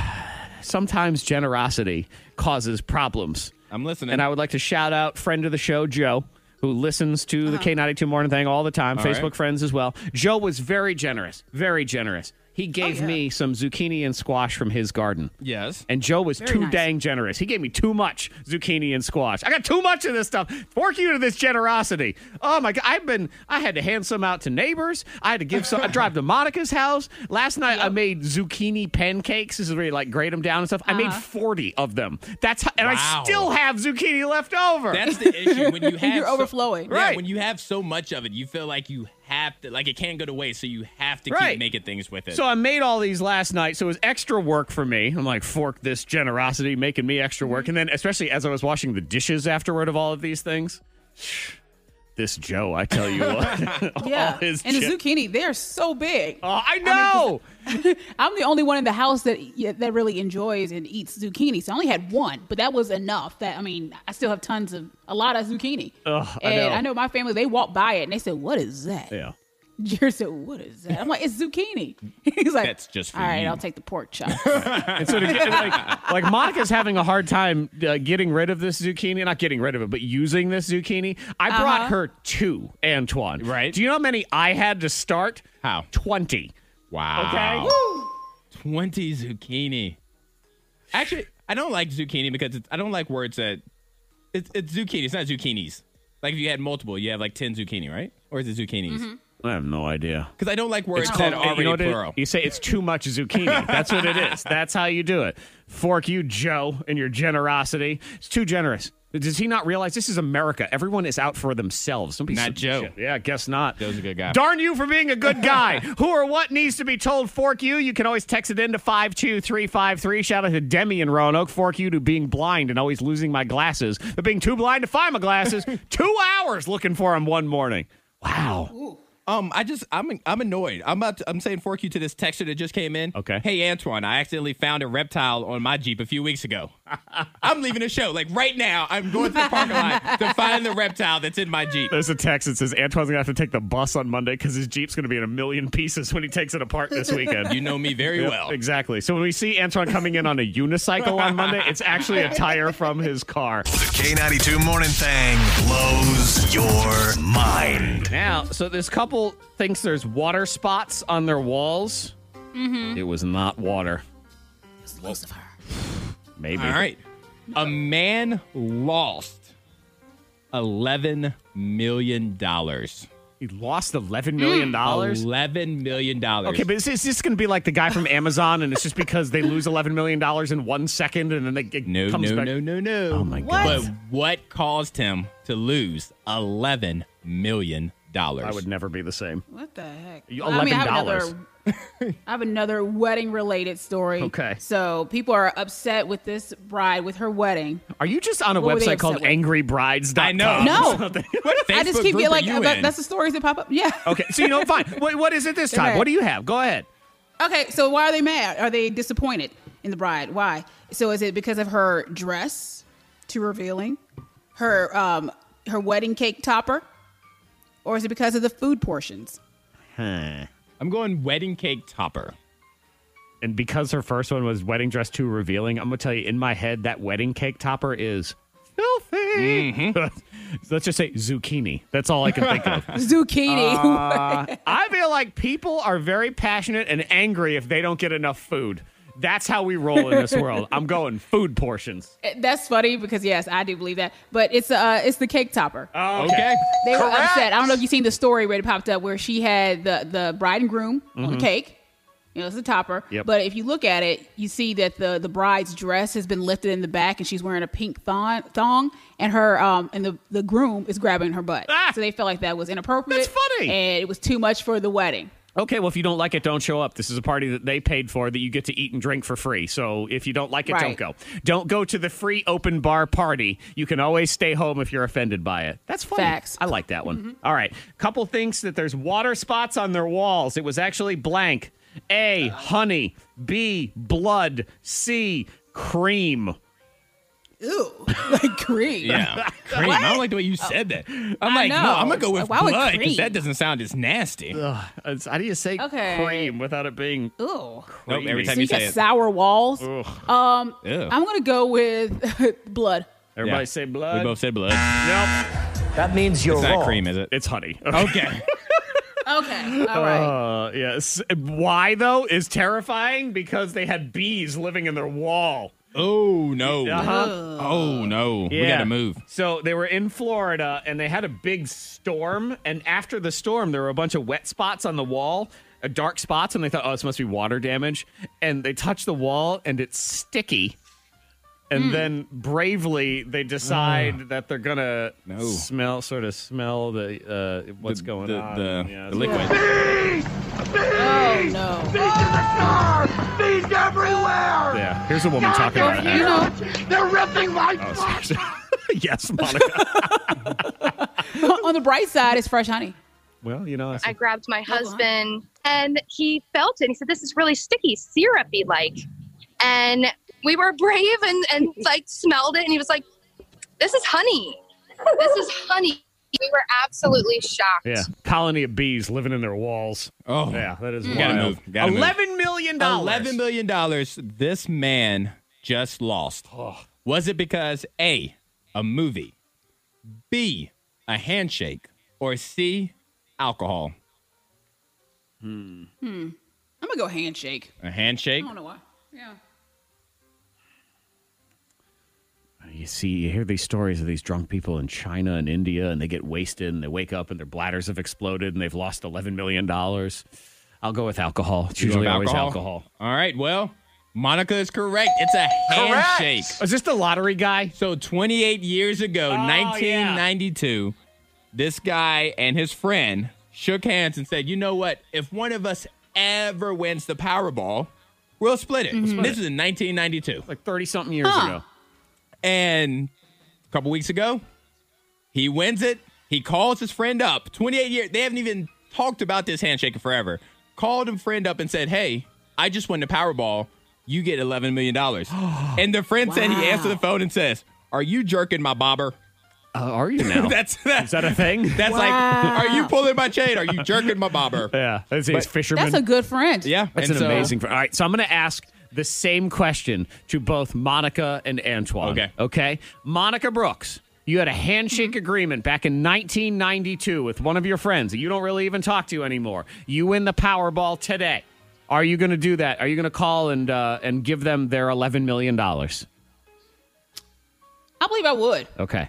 S1: Sometimes generosity causes problems.
S3: I'm listening.
S1: And I would like to shout out friend of the show, Joe, who listens to the K92 Morning Thing all the time,
S3: Uh-huh. All
S1: Facebook
S3: right.
S1: friends as well. Joe was very generous, very generous.
S3: Oh,
S1: He gave me some zucchini and squash from his garden.
S3: Yes.
S1: And Joe was too
S5: nice.
S1: dang generous. He gave me too much zucchini and squash. I got too much of this stuff. Fork you to this generosity. Oh my god! I've been. I had to hand some out to neighbors. I had to give some. I drive to Monica's house last night. I made zucchini pancakes. This is where you like grate them down and stuff. I made forty of them. That's how, and I
S3: Uh-huh. Wow.
S1: still have zucchini left over.
S3: That's the issue when you have
S5: You're
S3: so-
S5: overflowing.
S1: Right.
S3: Yeah, when you have so much of it, you feel like you have to like it can't go to waste, so you have to
S1: Right.
S3: keep making things with it.
S1: So I made all these last night, so it was extra work for me. I'm like, fork this generosity, making me extra work. And then, especially as I was washing the dishes afterward of all of these things, this Joe, I tell you what.
S5: Yeah.
S1: his
S5: and the
S1: chip-
S5: zucchini, they're so big.
S1: oh, I know.
S5: I'm the only one in the house that yeah, that really enjoys and eats zucchini. So I only had one, but that was enough. That I mean, I still have tons of a lot of zucchini.
S1: Ugh, I
S5: and
S1: know.
S5: I know my family. They walked by it and they said, "What is that?"
S1: yeah.
S5: Jared said, "What is that?" I'm like, "It's zucchini." He's like,
S3: That's just for
S5: all right.
S3: you."
S5: I'll take the pork chop.
S1: And so, to get, like, like Monica's having a hard time uh, getting rid of this zucchini, not getting rid of it, but using this zucchini. I brought her two, Antoine.
S3: Right.
S1: Do you know how many I had to start?
S3: How?
S1: 20.
S3: wow.
S1: Okay.
S3: 20 zucchini. Actually, I don't like zucchini because it's, I don't like words that it's, it's zucchini. It's not zucchinis. Like if you had multiple, you have like 10 zucchini, right? Or is it zucchinis? Because
S1: I have no idea.
S3: I don't like words
S1: Mm-hmm. It's
S3: that
S1: called
S3: are already
S1: you know what it-
S3: plural.
S1: you say it's too much zucchini. That's what it is. That's how you do it. Fork you, Joe, and your generosity. It's too generous. Does he not realize this is America? Everyone is out for themselves. Don't be
S3: Not
S1: such a
S3: Joe.
S1: shit. Yeah, I guess not.
S3: Joe's a good guy.
S1: Darn you for being a good guy. Who or what needs to be told? Fork you. You can always text it in to five two three five three. Shout out to Demi in Roanoke. Fork you to being blind and always losing my glasses, but being too blind to find my glasses. Two hours looking for them one morning. Wow.
S3: Um, I just I'm I'm annoyed. I'm about to, I'm saying fork you to this texture that just came in.
S1: Okay.
S3: Hey Antoine, I accidentally found a reptile on my Jeep a few weeks ago. I'm leaving the show. Like right now, I'm going to the parking lot to find the reptile that's in my Jeep.
S1: There's a text that says Antoine's gonna have to take the bus on Monday because his Jeep's gonna be in a million pieces when he takes it apart this weekend.
S3: You know me very
S1: Yeah,
S3: well.
S1: Exactly. So when we see Antoine coming in on a unicycle on Monday, it's actually a tire from his car.
S8: The K92 Morning Thing blows your mind.
S1: Now, so this couple thinks there's water spots on their walls. It was not water. Maybe.
S3: All right. A man lost eleven million dollars.
S1: He lost eleven million dollars.
S3: Eleven million dollars.
S1: Okay, but is this, is this going to be like the guy from Amazon, and it's just because they lose eleven million dollars in one second, and then they it
S3: no,
S1: comes
S3: no,
S1: back?
S3: no, no, no.
S1: Oh my
S5: What?
S1: god!
S3: But what caused him to lose eleven million dollars?
S1: I would never be the same.
S5: What the heck?
S1: You-
S5: Well, I mean, I have
S1: $11.
S5: another- I have another wedding related story.
S1: Okay.
S5: So people are upset with this bride with her wedding.
S1: Are you just on a
S5: What were they
S1: website called
S5: upset with?
S1: angrybrides.com?
S3: I know.
S5: No.
S3: What
S5: I just
S3: Facebook
S5: keep
S3: group
S5: getting
S3: are
S5: like uh,
S3: you
S5: that-
S3: in?
S5: that's the stories that pop up. Yeah.
S1: Okay, so you know, fine. Wait, what is it this time?
S5: Right.
S1: What do you have? Go ahead.
S5: Okay, so why are they mad? Are they disappointed in the bride? Why? So is it because of her dress, too revealing, her um her wedding cake topper, or is it because of the food portions?
S3: I'm going wedding cake topper.
S1: And because her first one was wedding dress too revealing, I'm gonna tell you in my head that wedding cake topper is filthy. Let's just say zucchini. That's all I can think of.
S5: Zucchini.
S3: Uh.
S1: I feel like people are very passionate and angry if they don't get enough food. That's how we roll in this world. I'm going food portions.
S5: That's funny because yes, I do believe that. But it's uh it's the cake topper.
S3: Okay.
S5: They were upset. I don't know if you've seen the story where it popped up where she had the the bride and groom on the cake. You know, it's a topper.
S1: Mm-hmm. Yep.
S5: But if you look at it, you see that the the bride's dress has been lifted in the back, and she's wearing a pink thong, thong and her um and the the groom is grabbing her butt.
S1: Ah!
S5: So they felt like that was inappropriate.
S1: That's funny.
S5: and it was too much for the wedding.
S1: Okay, well, if you don't like it, don't show up. This is a party that they paid for that you get to eat and drink for free. So if you don't like it, don't
S5: Right.
S1: go. Don't go to the free open bar party. You can always stay home if you're offended by it. That's funny.
S5: Facts. Mm-hmm.
S1: I like that one. All right. Couple thinks that there's water spots on their walls. It was actually blank. A, honey. B, blood. C, cream.
S5: Ew, like cream.
S3: Yeah. Cream. I don't like the way you said that. I'm like, no,
S5: Oh. know.
S3: I'm gonna go with
S5: Why would
S3: blood because
S5: cream?
S3: that doesn't sound as nasty.
S1: It's- How do you say
S5: Okay.
S1: cream without it being
S5: Ew.
S3: Nope,
S1: creamy?
S3: every time
S5: So
S3: you
S5: you got
S3: say it.
S5: sour walls. Um,
S3: Ew.
S5: I'm gonna go with blood.
S1: Everybody
S3: Yeah.
S1: say
S3: We
S1: blood.
S3: both said blood.
S1: Nope.
S9: That means you're
S3: It's not
S9: wrong.
S3: cream, is it?
S1: It's honey.
S3: Okay.
S5: Okay. All right.
S1: Uh, yes. Why though is terrifying because they had bees living in their wall.
S3: Oh no.
S1: Uh-huh.
S3: Oh no. We gotta move.
S1: So they were in Florida and they had a big storm. And after the storm, there were a bunch of wet spots on the wall, uh, dark spots, and they thought, oh, this must be water damage. And they touch the wall and it's sticky. And then bravely they decide that they're gonna
S3: Ah. No.
S1: smell, sort of smell the uh, what's going
S3: the,
S1: on.
S3: The,
S1: Yeah,
S3: the
S1: so-
S3: liquid.
S5: Oh no.
S1: Yeah. Here's a woman talking about
S5: You
S1: it.
S5: know,
S1: yes, Monica.
S5: on the bright side, it's fresh honey.
S1: well, you know, I
S9: I
S4: Oh,
S9: grabbed my husband and he felt it. He said, This is really sticky, syrupy like. And we were brave and, and like smelled it. And he was like, This is honey. This is honey. We were absolutely shocked.
S1: Yeah, colony of bees living in their walls.
S3: Oh
S1: Yeah, that is wild.
S3: Gotta move, gotta move.
S1: Eleven million dollars.
S3: Eleven million dollars. This man just lost. Was it because a a movie, b a handshake, or c alcohol?
S5: I'm gonna go handshake.
S3: A handshake.
S5: I don't know why. Yeah.
S1: You see, you hear these stories of these drunk people in China and India, and they get wasted, and they wake up, and their bladders have exploded, and they've lost eleven million dollars. I'll go with alcohol. It's
S3: You
S1: usually
S3: want
S1: always alcohol.
S3: All right. Well, Monica is correct. It's a handshake.
S1: Is this the lottery guy?
S3: So 28 years ago,
S1: yeah.
S3: 1992, this guy and his friend shook hands and said, "You know what? If one of us ever wins the Powerball, we'll split it." This is in 1992.
S1: Like thirty something years
S5: Huh.
S1: ago.
S3: And a couple weeks ago, he wins it. He calls his friend up. 28 years. They haven't even talked about this handshake in forever. Called a friend up and said, Hey, I just won the Powerball. You get $11 million. and the friend said he answered the phone and says, Are you jerking my bobber?
S1: Uh, are you now?
S3: That's that's,
S1: is that a thing?
S3: that's like, Are you pulling my chain? Are you jerking my bobber?
S1: yeah, that's his fisherman.
S5: That's a good friend.
S3: Yeah.
S1: That's
S3: and
S1: an
S3: so-
S1: amazing. All right, so I'm going to ask the same question to both Monica and Antoine.
S3: Okay.
S1: Okay. Monica Brooks, you had a handshake
S5: Mm-hmm.
S1: agreement back in 1992 with one of your friends that you don't really even talk to anymore. You win the Powerball today. Are you going to do that? Are you going to call and uh, and give them their 11 million dollars?
S5: I believe I would.
S1: Okay.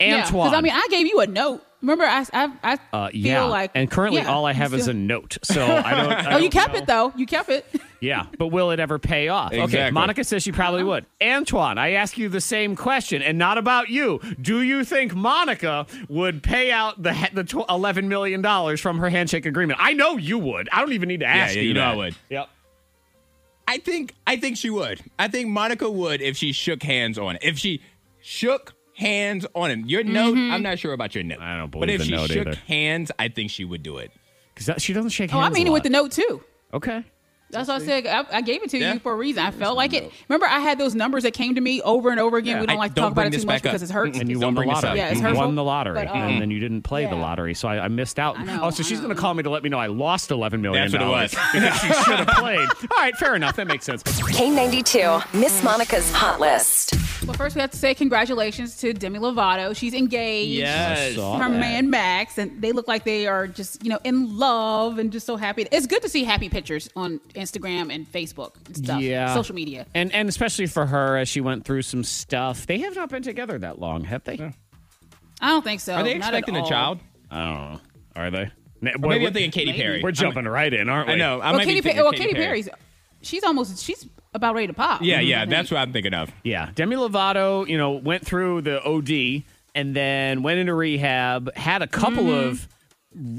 S5: Yeah,
S1: Antoine.
S5: because I mean, I gave you a note. Remember, I I, I
S1: uh,
S5: feel
S1: yeah.
S5: like
S1: and currently,
S5: yeah,
S1: all I
S5: you
S1: have is
S5: still-
S1: a note, so I don't. I
S5: Oh, you
S1: don't
S5: kept
S1: know.
S5: it though. You kept it.
S1: Yeah, but will it ever pay off? Okay,
S3: Exactly.
S1: Monica says she probably would. Antoine, I ask you the same question, and not about you. Do you think Monica would pay out the he- the tw- eleven million dollars from her handshake agreement? I know you would. I don't even need to
S3: Yeah,
S1: ask
S3: yeah,
S1: you.
S3: you know
S1: that.
S3: I would.
S1: Yep.
S3: I think I think she would. I think Monica would if she shook hands on it. If she shook hands on him. Your note,
S5: Mm-hmm.
S3: I'm not sure about your note.
S1: I don't
S3: But
S1: believe
S3: if
S1: the
S3: she
S1: note
S3: shook
S1: either.
S3: hands, I think she would do it.
S1: Because she doesn't shake
S5: oh,
S1: hands.
S5: I mean
S1: a
S5: it with the
S1: lot.
S5: note too.
S1: Okay.
S5: That's what I said. I, I gave it to
S3: Yeah.
S5: you for a reason. I felt like it. Remember, I had those numbers that came to me over and over again.
S1: Yeah.
S5: We don't
S3: I-
S5: like to
S3: don't
S5: talk
S3: bring
S5: about it
S3: this
S5: too
S3: back
S5: much
S3: up.
S5: because it hurts.
S1: And you won
S3: Don't
S1: the
S3: bring this
S1: lottery.
S3: up. Yeah, it's
S1: you
S5: hurtful,
S1: won the lottery,
S5: but,
S1: and
S5: um,
S1: then you didn't play the
S5: yeah.
S1: lottery, so I, I missed out.
S5: I know,
S1: oh, so
S5: I
S1: she's
S5: know.
S1: going to call me to let me know I lost eleven million
S3: That's what it
S1: dollars
S3: was.
S1: because she should have played. All right, fair enough. That makes sense.
S2: K92, Miss Monica's Hot List.
S5: Well, first we have to say congratulations to Demi Lovato. She's engaged.
S3: Yes.
S5: Her man Max, and they look like they are just you know in love and just so happy. It's good to see happy pictures on Instagram and Facebook and stuff.
S1: Yeah.
S5: social media.
S1: And and especially for her as she went through some stuff. They have not been together that long, have they?
S5: I don't think so.
S3: Are they
S5: Not at
S3: expecting a
S5: all.
S3: child?
S1: I don't know. Are they? Nah, boy,
S3: Maybe
S1: we're,
S3: I'm thinking Katy Perry.
S1: we're jumping right in, aren't we?
S3: I know. I
S5: well,
S3: might
S5: Katy
S3: be
S5: Perry.
S3: thinking
S5: Well,
S3: Katy
S5: Katy
S3: Perry.
S5: Perry's. Mm-hmm. She's almost. She's about ready to pop.
S3: Yeah, yeah,
S5: I think.
S3: that's what I'm thinking of.
S1: Yeah. Demi Lovato, you know, went through the OD and then went into rehab, had a couple
S5: Mm-hmm.
S1: of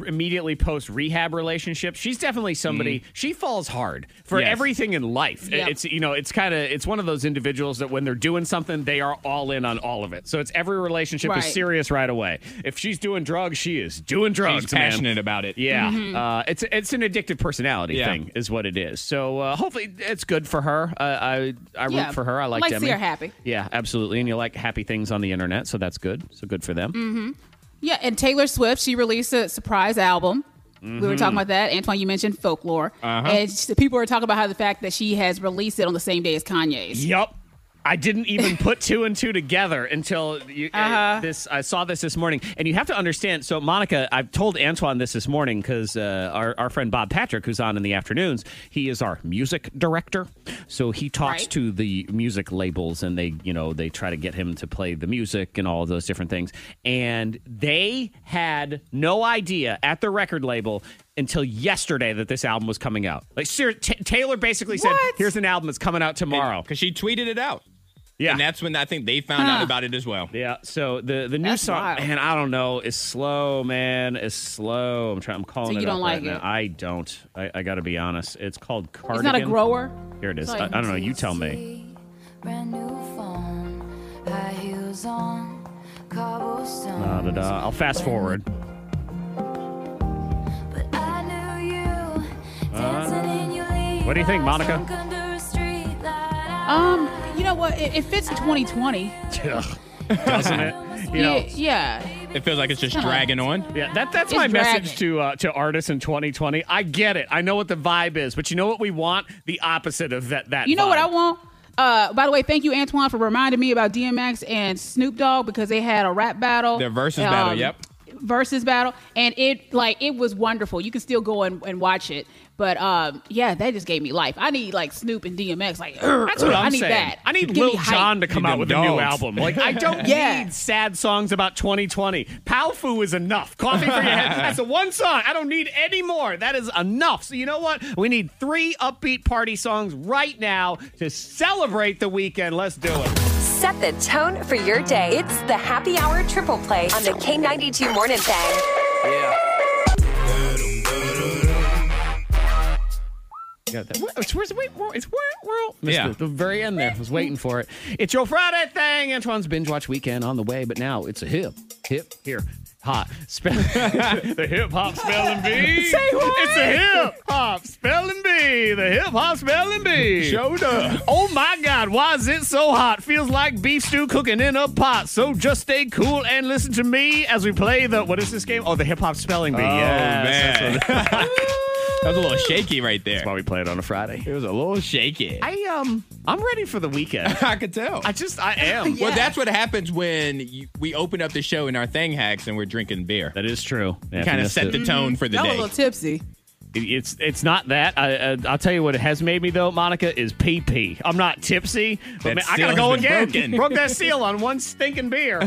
S1: r- immediately post rehab relationships. She's definitely somebody she falls hard for
S3: Yes.
S1: everything in life.
S5: Mm. Yep.
S1: It's you know, it's kind of it's one of those individuals that when they're doing something, they are all in on all of it. So it's every relationship
S5: Right.
S1: is serious right away. If she's doing drugs, she is doing drugs.
S3: She's
S1: man.
S3: passionate about it.
S1: Yeah,
S5: Mm-hmm.
S1: uh, it's it's an addictive personality
S3: Yeah.
S1: thing, is what it is. So uh, hopefully, it's good for her. Uh, I I
S5: Yeah.
S1: root for her. I like
S5: Like to
S1: Demi.
S5: see her happy.
S1: Yeah, absolutely. And you like happy things on the internet, so that's good. So good for them.
S5: Yeah, and Taylor Swift, she released a surprise album. We were
S3: Mm-hmm.
S5: talking about that. Antoine, you mentioned
S3: Uh-huh.
S5: folklore. And she- people are talking about how the fact that she has released it on the same day as Kanye's.
S1: Yup. I didn't even put two and two together until you, uh,
S5: Uh-huh.
S1: this. I saw this this morning, and you have to understand. So, Monica, I've told Antoine this this morning because uh, our our friend Bob Patrick, who's on in the afternoons, he is our music director. So he talks
S5: Right.
S1: to the music labels, and they, you know, they try to get him to play the music and all of those different things. And they had no idea at the record label until yesterday that this album was coming out. Like, ser- T- Taylor basically said,
S5: What?
S1: "Here's an album that's coming out tomorrow."
S3: Because she tweeted it out.
S1: Yeah.
S3: And that's when I think they found
S5: Ah.
S3: out about it as well.
S1: Yeah. So the the new
S5: That's
S1: song,
S5: wild.
S1: man, I don't know, is slow, man, is slow. I'm trying. I'm calling
S5: So
S1: it.
S5: you
S1: up
S5: don't
S1: right
S5: like
S1: now.
S5: it?
S1: I don't. I, I got to be honest. It's called Cardigan.
S5: He's not a grower.
S1: Here it is.
S5: Sorry.
S1: I, I don't know. You tell me.
S4: Brand new phone, high heels on, cobblestones.
S1: Da, da, da. Uh, I'll fast forward.
S4: But I knew you dancing in your leaves
S1: What do you think, Monica?
S4: sunk under a
S9: Oh,
S4: streetlight.
S5: Um, you know what? It, it fits 2020.
S1: Ugh. Doesn't it? You know.
S5: Yeah, yeah.
S3: It feels like it's just dragging on.
S1: Yeah, that, that's
S5: It's
S1: my
S5: dragging.
S1: message to uh, to artists in 2020. I get it. I know what the vibe is, but you know what we want? The opposite of that. That
S5: You know what
S1: vibe.
S5: I want? Uh, by the way, thank you, Antoine, for reminding me about DMX and Snoop Dogg because they had a rap battle. Um,
S3: Their versus battle, yep.
S5: Versus battle, and it like it was wonderful. You can still go and, and watch it, but um, yeah, that just gave me life. I need like Snoop and DMX, like
S1: That's what I'm
S5: need
S1: saying.
S5: that.
S1: I need
S5: Give
S1: Lil
S5: me hype.
S1: Jon to come
S3: Need
S1: out
S3: them
S1: with a new
S3: dogs.
S1: album. Like I don't
S5: Yeah.
S1: need sad songs about 2020. Pow Foo is enough. Coffee for your head. That's the one song. I don't need any more. That is enough. So you know what? We need three upbeat party songs right now to celebrate the weekend. Let's do it.
S2: Set the tone for your day. It's the happy hour triple play on the K92 Morning Thing.
S1: Yeah, that, it's, where's, wait, where- it's where, where, missed
S3: Yeah.
S1: it. the very end there. I was waiting for it. It's your Friday thing. Antoine's binge watch weekend on the way, but now it's a hip, hip here. Hot spell the hip hop spelling bee. Say what? It's a hip hop spelling bee. The hip hop spelling bee.
S3: Showed up.
S1: Oh my God, why is it so hot? Feels like beef stew cooking in a pot. So just stay cool and listen to me as we play the what is this game? Oh, the hip hop spelling bee.
S3: Oh,
S1: Yes,
S3: man.
S1: that's what-
S3: That was a little shaky right there.
S1: That's why we play it on a Friday.
S3: It was a little shaky. I,
S1: I um I'm ready for the weekend.
S3: could tell.
S1: I just I am.
S3: Well, that's what happens when you, we open up the show in our thing hacks and we're drinking beer.
S1: That is true.
S3: kind of set the tone for the
S5: I'm a
S3: day.
S5: little tipsy.
S1: It's it's not that. I, uh, I'll tell you what it has made me though, Monica is pee pee. I'm not tipsy, but
S3: That
S1: man, I gotta
S3: seal
S1: go
S3: has been
S1: again.
S3: broken.
S1: Broke that seal on one stinking beer.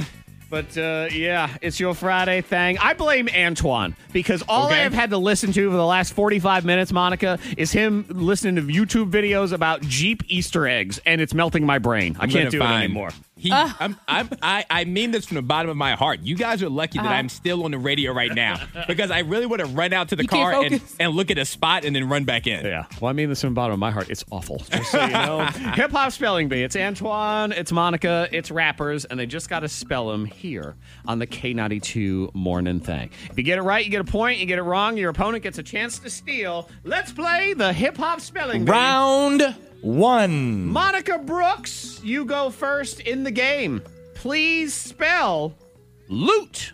S1: But uh, yeah, it's your Friday thing. I blame Antoine because all I
S3: Okay.
S1: have had to listen to for the last 45 minutes, Monica, is him listening to YouTube videos about Jeep Easter eggs, and it's melting my brain. I
S3: I'm
S1: can't
S3: gonna
S1: do
S3: find-
S1: it anymore.
S3: He, I'm, I'm, I, I mean this from the bottom of my heart. You guys are lucky
S5: Uh-huh.
S3: that I'm still on the radio right now because I really would have run out to the
S5: You can't
S3: car and,
S5: focus.
S3: and look at a spot and then run back in.
S1: Yeah. Well, I mean this from the bottom of my heart. It's awful. Just so you know. Hip hop spelling bee. It's Antoine, it's Monica, it's rappers, and they just got to spell them here on the K92 morning thing. If you get it right, you get a point. You get it wrong, your opponent gets a chance to steal. Let's play the hip hop spelling bee.
S10: Round one.
S1: Monica Brooks, you go first in the game. Please spell loot.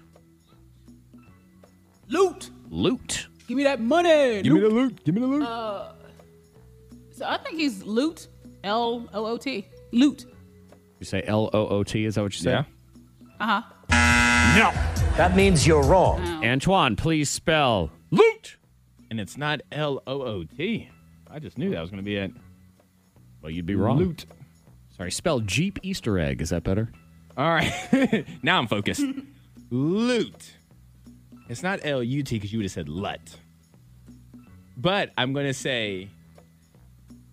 S5: Loot,
S1: Loot.
S5: give me that money.
S3: Give me the loot. Give me the loot.
S5: Uh, So I think he's loot, L O O T, loot.
S1: You say L O O T, is that what you say?
S3: Yeah.
S5: Uh huh.
S10: That means you're wrong.
S1: Antoine, please spell loot.
S3: and it's not L O O T. I just knew that was going to be it.
S1: Well, you'd be wrong.
S3: Loot.
S1: Sorry, spell Jeep Easter egg. Is that better?
S3: All right. now I'm focused. loot. It's not L U T because you would have said LUT. But I'm going to say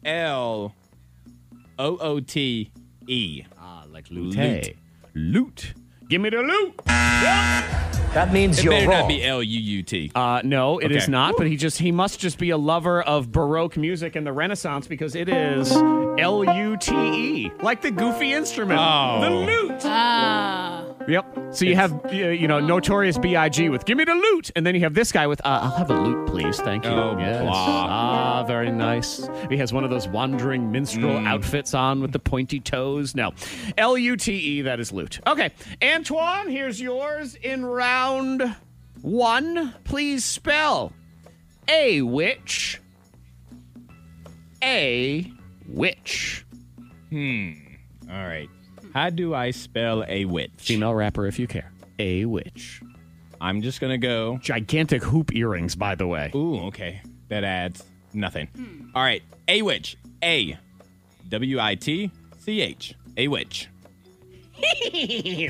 S3: L O O T E.
S1: Ah, like
S3: Hey.
S1: Loot. Give me the loot.
S10: That means
S3: It
S10: you're
S3: better
S10: wrong.
S3: not be L U U T.
S1: Uh, no, it is
S3: Okay.
S1: not. But he just he must just be a lover of Baroque music and the Renaissance because it is L U T E, like the goofy instrument,
S3: Oh.
S1: the lute.
S5: Ah.
S1: Yep. So you have uh, you know Notorious B.I.G. with "Give me the loot," and then you have this guy with uh, "I'll have a loot, please, thank you."
S3: Oh,
S1: yes.
S3: blah.
S1: Ah, very nice. He has one of those wandering minstrel
S3: Mm.
S1: outfits on with the pointy toes. No, L U T E. That is loot. Okay, Antoine, here's yours in round one. Please spell a witch. A witch.
S3: All right. How do I spell a witch?
S1: Female rapper, if you care. A witch.
S3: I'm just gonna go
S1: gigantic hoop earrings. By the way.
S3: Ooh, okay. That adds nothing. All right. A witch. A. W I T C H. A witch.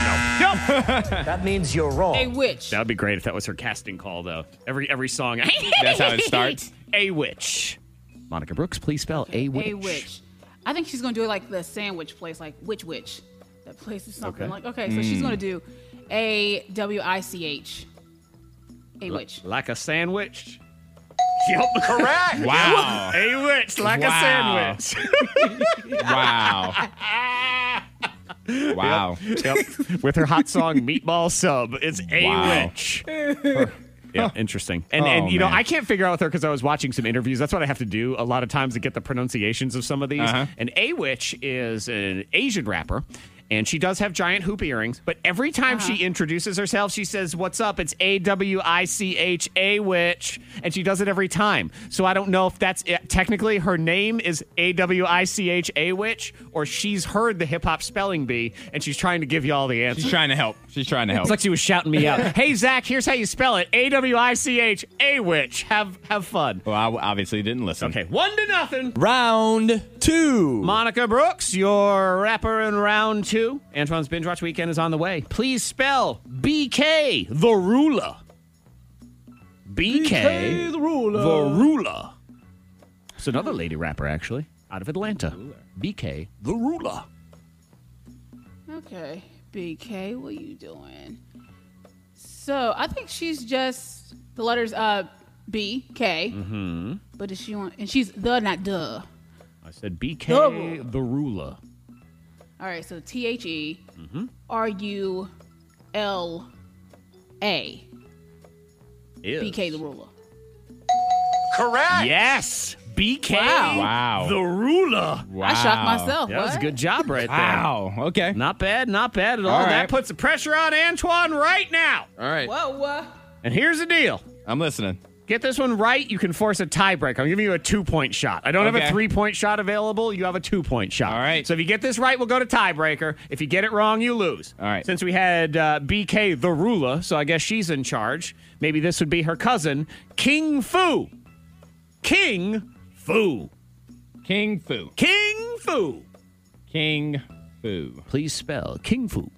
S10: that means you're wrong.
S5: A witch.
S1: Oh, That would be great if that was her casting call, though. Every every song.
S3: That's how it starts.
S1: A witch. Monica Brooks, please spell a witch.
S5: A witch. I think she's gonna do it like the sandwich place, like which witch. That place is something
S1: Okay.
S5: like okay. So she's gonna do A W I C H. A witch.
S1: Like a sandwich. Yep, correct.
S3: Wow.
S1: A witch, like
S3: Wow.
S1: a sandwich.
S3: Wow. wow.
S1: Yep. With her hot song Meatball Sub. It's a
S3: Wow.
S1: witch. Yeah, interesting. And
S3: Oh,
S1: and you know,
S3: man.
S1: I can't figure out with her because I was watching some interviews. That's what I have to do a lot of times to get the pronunciations of some of these.
S3: Uh-huh.
S1: And A Witch is an Asian rapper. And she does have giant hoop earrings, but every time she introduces herself, she says, What's up? It's A W I C H A Witch. And she does it every time. So I don't know if that's it. Technically, her name is A W I C H A Witch, or she's heard the hip hop spelling bee and she's trying to give you all the answers.
S3: She's trying to help. She's trying to help.
S1: It's like she was shouting me out. hey Zach, here's how you spell it: A W I C H A witch. Have have fun.
S3: well, I obviously didn't listen.
S1: Okay, one to nothing.
S10: Round two.
S1: Monica Brooks, your rapper in round two. Antoine's binge watch weekend is on the way. Please spell BK the ruler. BK,
S10: the ruler.
S1: the ruler. It's another lady rapper actually, out of Atlanta. BK the ruler.
S5: Okay. BK, what you doing? So I think she's just the letters uh B K. Mm-hmm. But is she on? And she's the not duh.
S1: I said
S5: Double.
S1: BK the ruler.
S5: All right. So T H E
S1: Mm-hmm.
S5: R U L A
S1: Is.
S5: BK the ruler.
S10: Correct.
S1: Yes, BK
S3: Wow.
S1: the ruler.
S3: Wow.
S5: I shocked myself.
S1: That was a
S5: What?
S1: good job right there.
S3: Wow. Okay.
S1: Not bad, not bad at all.
S3: All right.
S1: That puts the pressure on Antoine right now.
S3: All right.
S5: Whoa. Uh,
S1: And here's the deal.
S3: I'm listening.
S1: Get this one right, you can force a tiebreak. I'm giving you a two-point shot. I don't have
S3: Okay.
S1: a three-point shot available. You have a two-point shot.
S3: All right.
S1: So if you get this right, we'll go to tiebreaker. If you get it wrong, you lose.
S3: All right.
S1: Since we had uh, BK the ruler, so I guess she's in charge. Maybe this would be her cousin, King Fu. King Fu.
S3: King Fu.
S1: King Fu.
S3: King Fu.
S1: Please spell King Fu.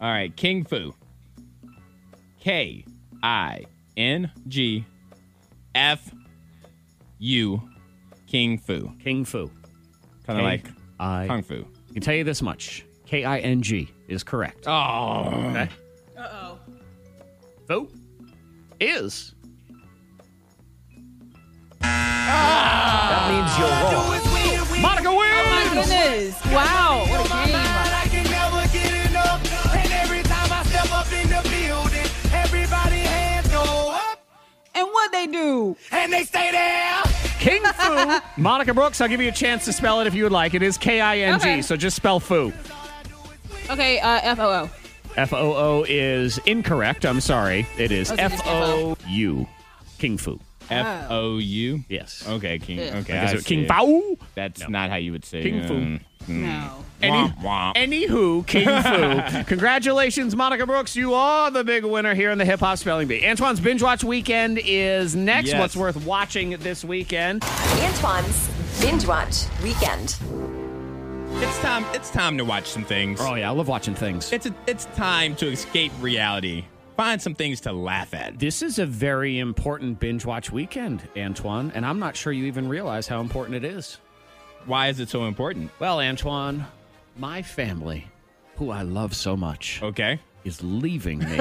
S3: All right, King Fu. K I N G F U King Fu.
S1: King Fu.
S3: Kind of like
S1: I
S3: Kung Fu.
S1: I can tell you this much. K I N G is correct.
S3: Oh.
S1: Okay.
S5: oh.
S1: Fu is
S10: That means
S5: Ah.
S10: you're wrong.
S1: Monica wins.
S5: Oh Goodness. Wow. What a game. And what they do?
S6: And they stay there.
S1: King Fu. Monica Brooks, I'll give you a chance to spell it if you would like. It is K I N G,
S5: Okay.
S1: so just spell Fu.
S5: Okay. Uh, F O O.
S1: F O O is incorrect. I'm sorry. It is
S5: Oh, so
S1: F
S5: just
S1: O U. King Fu.
S3: F O U.
S1: Yes.
S3: Okay, King.
S5: Yeah.
S3: Okay.
S1: Like,
S3: I
S1: is it
S3: see
S1: King
S3: it.
S1: Fu.
S3: That's not how you would say
S1: King Fu.
S3: um,
S1: Mm.
S5: No.
S1: Any,
S3: Womp womp.
S1: Anywho, King Fu. Congratulations, Monica Brooks. You are the big winner here in the Hip Hop Spelling Bee. Antoine's Binge Watch Weekend is next.
S3: Yes.
S1: What's worth watching this weekend?
S2: Antoine's Binge Watch Weekend.
S3: It's time it's time to watch some things.
S1: Oh, yeah, I love watching things.
S3: It's a, it's time to escape reality. Find some things to laugh at.
S1: This is a very important binge watch weekend, Antoine, and I'm not sure you even realize how important it is.
S3: Why is it so important?
S1: Well, Antoine, my family, who I love so much,
S3: Okay.
S1: is leaving me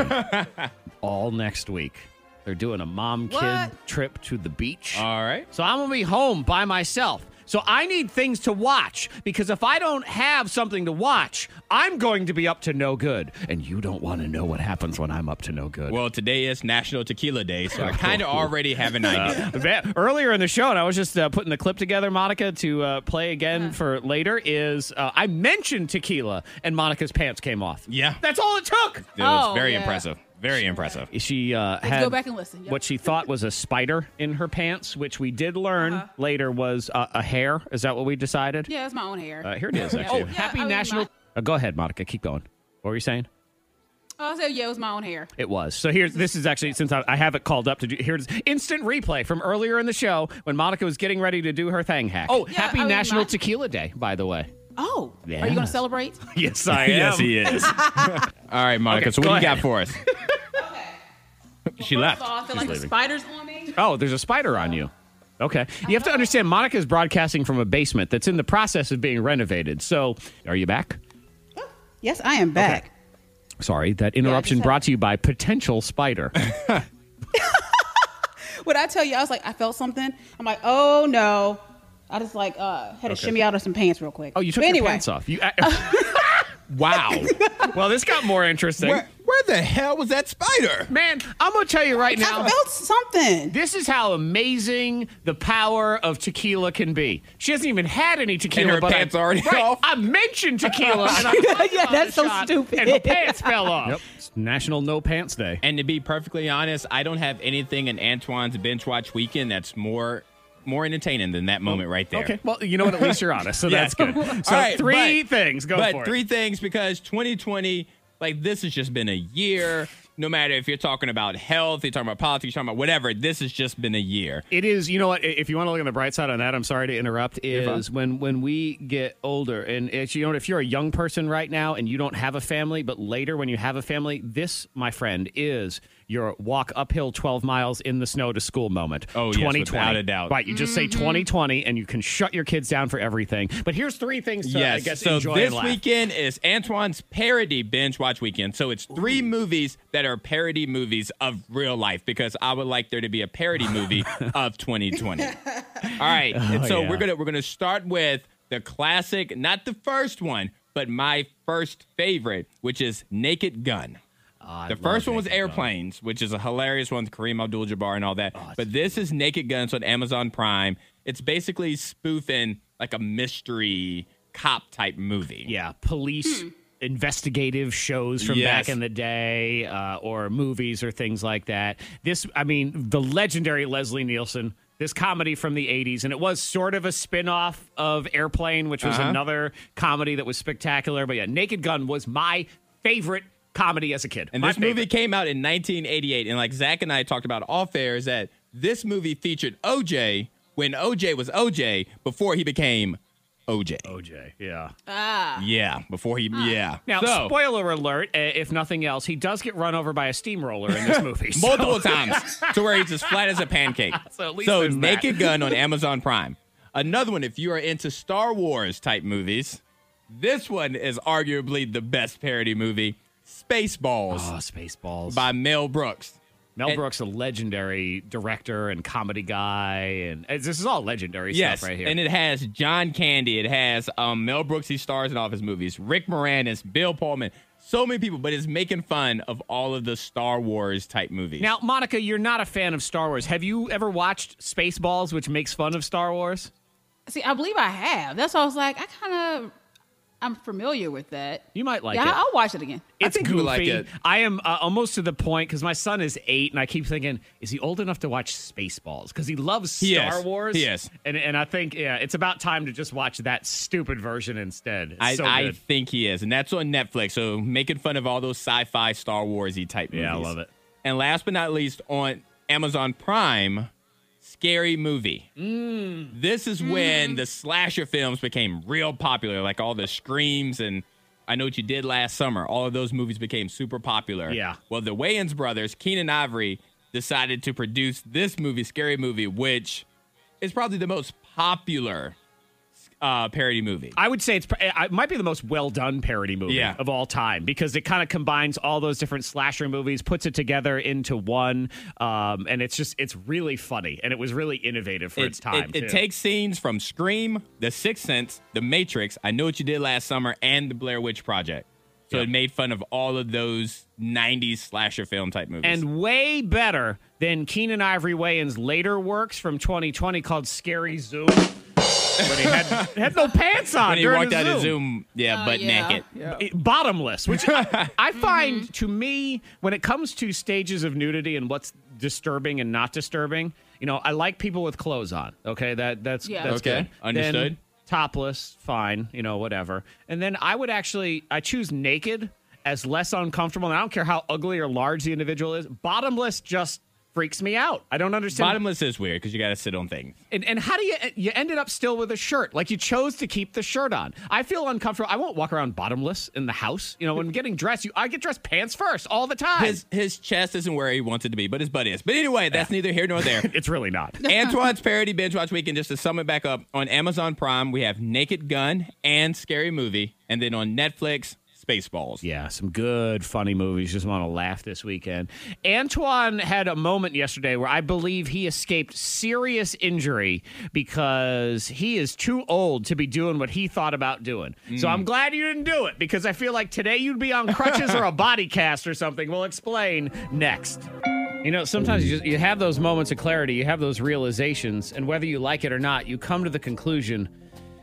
S1: all next week. They're doing a mom kid
S5: What?
S1: trip to the beach.
S3: All right.
S1: So I'm going to be home by myself. So I need things to watch because if I don't have something to watch, I'm going to be up to no good. And you don't want to know what happens when I'm up to no good.
S3: Well, today is National Tequila Day, so I kind of already have an idea.
S1: Ba- Earlier in the show, and I was just uh, putting the clip together, Monica, to uh, play again
S5: Uh-huh.
S1: for later. Is uh, I mentioned tequila, and Monica's pants came off.
S3: Yeah.
S1: that's all it took.
S3: It was
S5: Oh,
S3: very
S5: yeah.
S3: impressive. Very impressive.
S1: She uh,
S5: Let's
S1: had
S5: go back and listen. Yep.
S1: what she thought was a spider in her pants, which we did learn later was uh, a hair. Is that what we decided?
S5: Uh-huh. Yeah, it's my own hair.
S1: Uh, here it is.
S5: Yeah.
S1: Actually.
S5: Oh, yeah,
S1: happy
S5: I mean,
S1: national.
S5: my-
S1: Uh, go ahead, Monica. Keep going. What were you saying?
S5: Oh, I said, yeah, it was my own hair.
S1: It was. So here's this is actually since I, I have it called up to do here's instant replay from earlier in the show when Monica was getting ready to do her thing hack. Oh,
S5: Yeah,
S1: happy
S5: I mean,
S1: National
S5: my-
S1: Tequila Day, by the way.
S5: Oh, are you going
S1: Yes.
S5: to celebrate?
S1: Yes, I am.
S3: Yes, he is. All right, Monica.
S1: Okay,
S3: so what
S1: go
S3: do you got
S1: ahead.
S3: for us? she left.
S5: First off, I feel
S3: She's
S5: like the
S3: leaving.
S5: spiders on me.
S1: Oh, there's a spider on you. Okay. You have to understand Monica's broadcasting from a basement that's in the process of being renovated. So, are you back?
S5: Yes, I am back.
S1: Sorry, that interruption
S5: had-
S1: brought to you by potential spider.
S5: What I tell you, I was like, I felt something. I'm like, oh no. I just like uh, had to shimmy out of some pants real quick.
S1: Oh, you took
S5: But
S1: your
S5: anyway,
S1: pants off. You Wow. well, this got more interesting.
S3: Where, where the hell was that spider?
S1: Man, I'm going to tell you right now.
S5: I felt something.
S1: This is how amazing the power of tequila can be. She hasn't even had any tequila,
S3: And her
S1: but
S3: pants
S1: I,
S3: are already
S1: Right,
S3: off.
S1: I mentioned tequila, and I talked
S5: Yeah,
S1: about
S5: that's
S1: the
S5: so
S1: shot,
S5: stupid.
S1: And her pants fell off. Yep. It's National No Pants Day.
S3: And to be perfectly honest, I don't have anything in Antoine's bench watch weekend that's more more entertaining than that moment right there.
S1: Okay, well, you know what? At least you're honest, so
S3: Yeah.
S1: that's good. So
S3: All right,
S1: three
S3: but-
S1: things. Go
S3: but
S1: for it.
S3: three things because 2020, like this has just been a year. No matter if you're talking about health, you're talking about politics, you're talking about whatever, this has just been a year.
S1: It is, you know what? i- If you want to look on the bright side on that, I'm sorry to interrupt. Is when when we get older, and it's, you know, what, if you're a young person right now and you don't have a family, but later when you have a family, this, my friend, is your walk uphill 12 miles in the snow to school moment.
S3: Oh, yes,
S1: 2020,
S3: without a doubt.
S1: Right, you just say 2020, and you can shut your kids down for everything. But here's three things. To, I
S3: yes.
S1: guess
S3: so
S1: enjoy
S3: this
S1: and laugh.
S3: weekend is Antoine's parody binge watch weekend. So it's three movies that are parody movies of real life because I would like there to be a parody movie of 2020. All right. and so
S1: yeah.
S3: we're gonna we're gonna start with the classic, not the first one, but my first favorite, which is Naked Gun.
S1: Ah,
S3: the first one was Airplanes, which is a hilarious one with Kareem Abdul-Jabbar and all that.
S1: Oh,
S3: but this is Naked Gun, so on Amazon Prime. It's basically spoofing like a mystery cop type movie.
S1: yeah, police investigative shows from
S3: Yes.
S1: back in the day, uh, or movies or things like that. This, I mean, the legendary Leslie Nielsen. This comedy from the 80s, and it was sort of a spin off of Airplane, which was
S3: Uh-huh.
S1: another comedy that was spectacular. But yeah, Naked Gun was my favorite comedy as a kid.
S3: And
S1: My
S3: this movie
S1: favorite.
S3: came out in 1988. And like Zach and I talked about off air, is that this movie featured OJ when OJ was OJ before he became OJ.
S1: OJ, yeah.
S3: Yeah, before he, yeah.
S1: Now,
S3: So,
S1: spoiler alert, uh, if nothing else, he does get run over by a steamroller in this movie. so-
S3: multiple times to where he's as flat as a pancake.
S1: So at least
S3: so
S1: there's that.
S3: Naked Gun on Amazon Prime. Another one, if you are into Star Wars type movies, this one is arguably the best parody movie, Spaceballs
S1: Oh, Spaceballs.
S3: by Mel Brooks.
S1: Mel
S3: And-
S1: Brooks, a legendary director and comedy guy, and uh, this is all legendary
S3: Yes,
S1: stuff right here.
S3: and it has John Candy. It has um, Mel Brooks. He stars in all of his movies. Rick Moranis, Bill Pullman, so many people. But it's making fun of all of the Star Wars type movies.
S1: now, Monica, you're not a fan of Star Wars. Have you ever watched Spaceballs, which makes fun of Star Wars?
S5: See, I believe I have. That's why I was like, I kind of, I'm familiar with that.
S1: You might like
S5: yeah,
S1: it.
S5: I'll watch it again.
S1: It's
S3: think you
S1: goofy.
S3: would like it.
S1: I am uh, almost to the point because my son is eight, and I keep thinking, is he old enough to watch Spaceballs? Because he loves Star
S3: He is.
S1: Wars.
S3: He is.
S1: and and I think yeah, it's about time to just watch that stupid version instead. It's
S3: I,
S1: so
S3: I
S1: good.
S3: think he is, and that's on Netflix. So making fun of all those sci-fi Star Warsy type movies.
S1: Yeah, I love it.
S3: And last but not least, on Amazon Prime, Scary Movie. This is when the slasher films became real popular, like all the screams and I know what you did last summer. All of those movies became super popular.
S1: Yeah.
S3: Well, the Wayans brothers, Keenan Ivory, decided to produce this movie, Scary Movie, which is probably the most popular uh, parody movie.
S1: I would say it's it might be the most well done parody movie
S3: Yeah.
S1: of all time because it kind of combines all those different slasher movies, puts it together into one, um, and it's just it's really funny and it was really innovative for
S3: It-
S1: its time.
S3: It, it
S1: too.
S3: takes scenes from Scream, The Sixth Sense, The Matrix, I Know What You Did Last Summer, and The Blair Witch Project. So
S1: Yeah.
S3: it made fun of all of those 90s slasher film type movies.
S1: and way better than Keenan Ivory Wayans' later works from 2020 called Scary Zoo. But he had, had no pants on.
S3: When he
S1: during
S3: walked
S1: the
S3: out
S1: Zoom.
S3: of Zoom, yeah,
S5: Oh,
S3: butt
S5: yeah. Mm-hmm.
S3: naked.
S1: B- bottomless, which I, I find to me when it comes to stages of nudity and what's disturbing and not disturbing. You know, I like people with clothes on. Okay, that that's
S5: Yeah.
S1: that's
S3: Okay,
S1: good. Then
S3: understood.
S1: topless, fine. You know, whatever. And then I would actually I choose naked as less uncomfortable. And I don't care how ugly or large the individual is. Bottomless just freaks me out. I don't understand.
S3: Bottomless is weird because you got to sit on things.
S1: And, and how do you you ended up still with a shirt? Like you chose to keep the shirt on. I feel uncomfortable. I won't walk around bottomless in the house. You know, when getting dressed, you I get dressed pants first all the time.
S3: His his chest isn't where he wants it to be, but his butt is. But anyway, that's neither here nor there.
S1: it's really not.
S3: Antoine's parody binge watch weekend. Just to sum it back up, on Amazon Prime we have Naked Gun and Scary Movie, and then on Netflix Spaceballs.
S1: Yeah, some good funny movies. Just want to laugh this weekend. Antoine had a moment yesterday where I believe he escaped serious injury because he is too old to be doing what he thought about doing. So I'm glad you didn't do it because I feel like today you'd be on crutches or a body cast or something. We'll explain next. You know, sometimes you just you have those moments of clarity, you have those realizations, and whether you like it or not, you come to the conclusion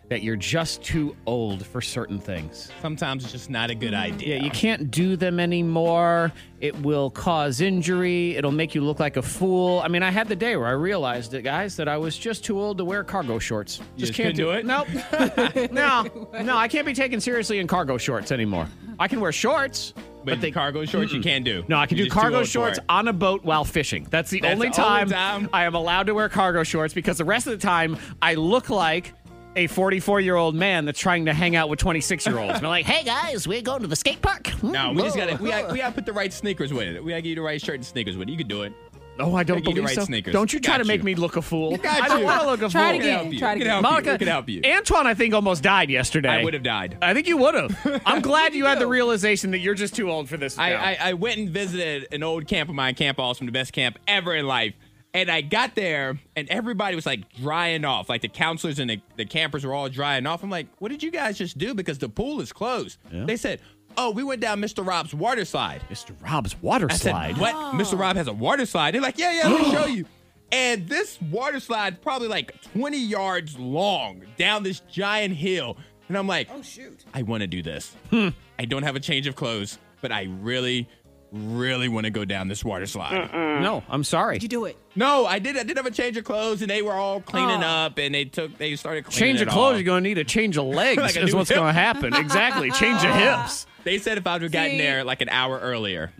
S1: that you're just too old for certain things.
S3: Sometimes it's just not a good idea.
S1: Yeah, you can't do them anymore. It will cause injury. It'll make you look like a fool. I mean, I had the day where I realized it, guys, that I was just too old to wear cargo shorts. Just,
S3: just
S1: can't
S3: couldn't do it?
S1: Nope. no, no, I can't be taken seriously in cargo shorts anymore. I can wear shorts,
S3: but, the cargo shorts you can do.
S1: no, I can
S3: You're
S1: do
S3: just too
S1: cargo
S3: old for
S1: shorts
S3: it.
S1: on a boat while fishing. That's the
S3: That's
S1: only
S3: the
S1: time,
S3: only time.
S1: I am allowed to wear cargo shorts because the rest of the time I look like a 44 year old man that's trying to hang out with 26 year olds. They're like, hey guys, we're going to the skate park. Hmm,
S3: No, we just
S1: whoa.
S3: gotta we gotta, we gotta put the right sneakers with it. We gotta get you the right shirt and sneakers with it. You can do it.
S1: Oh, I don't
S3: Gotta get you
S1: believe
S3: the right
S1: so.
S3: sneakers.
S1: Don't you try
S3: Got
S1: to make
S3: you.
S1: me look a fool.
S3: Got
S1: I don't
S3: you.
S1: want to look a
S5: Try it
S1: fool.
S5: again.
S3: Help you.
S5: Try it
S3: We can
S5: again.
S3: help
S1: Monica,
S3: you. We can help you.
S1: Antoine, I think almost died yesterday.
S3: I would have died.
S1: I think you would have. I'm glad you had the realization that you're just too old for this.
S3: I,
S1: now.
S3: I, I went and visited an old camp of mine, Camp Awesome, the best camp ever in life. And I got there, and everybody was like drying off. Like the counselors and the, the campers were all drying off. I'm like, what did you guys just do? Because the pool is closed. They said, oh, we went down Mr. Rob's water slide.
S1: Mr. Rob's water
S3: I
S1: slide.
S3: Said, what? Mr. Rob has a water slide. They're like, yeah, yeah, let me show you. And this water slide's probably like 20 yards long down this giant hill. And I'm like, oh, shoot. I want to do this.
S1: Hmm.
S3: I don't have a change of clothes, but I really, really want to go down this water slide.
S1: No, I'm sorry.
S5: You do it.
S3: No, I did. I did have a change of clothes, and they were all cleaning up, and they took, they started cleaning
S1: Change of
S3: it
S1: clothes,
S3: off.
S1: you're going to need a change of legs,
S3: Like a
S1: is
S3: new
S1: what's
S3: hip.
S1: going to happen. Exactly. Change of hips.
S3: They said if I'd have gotten
S5: See?
S3: there like an hour earlier,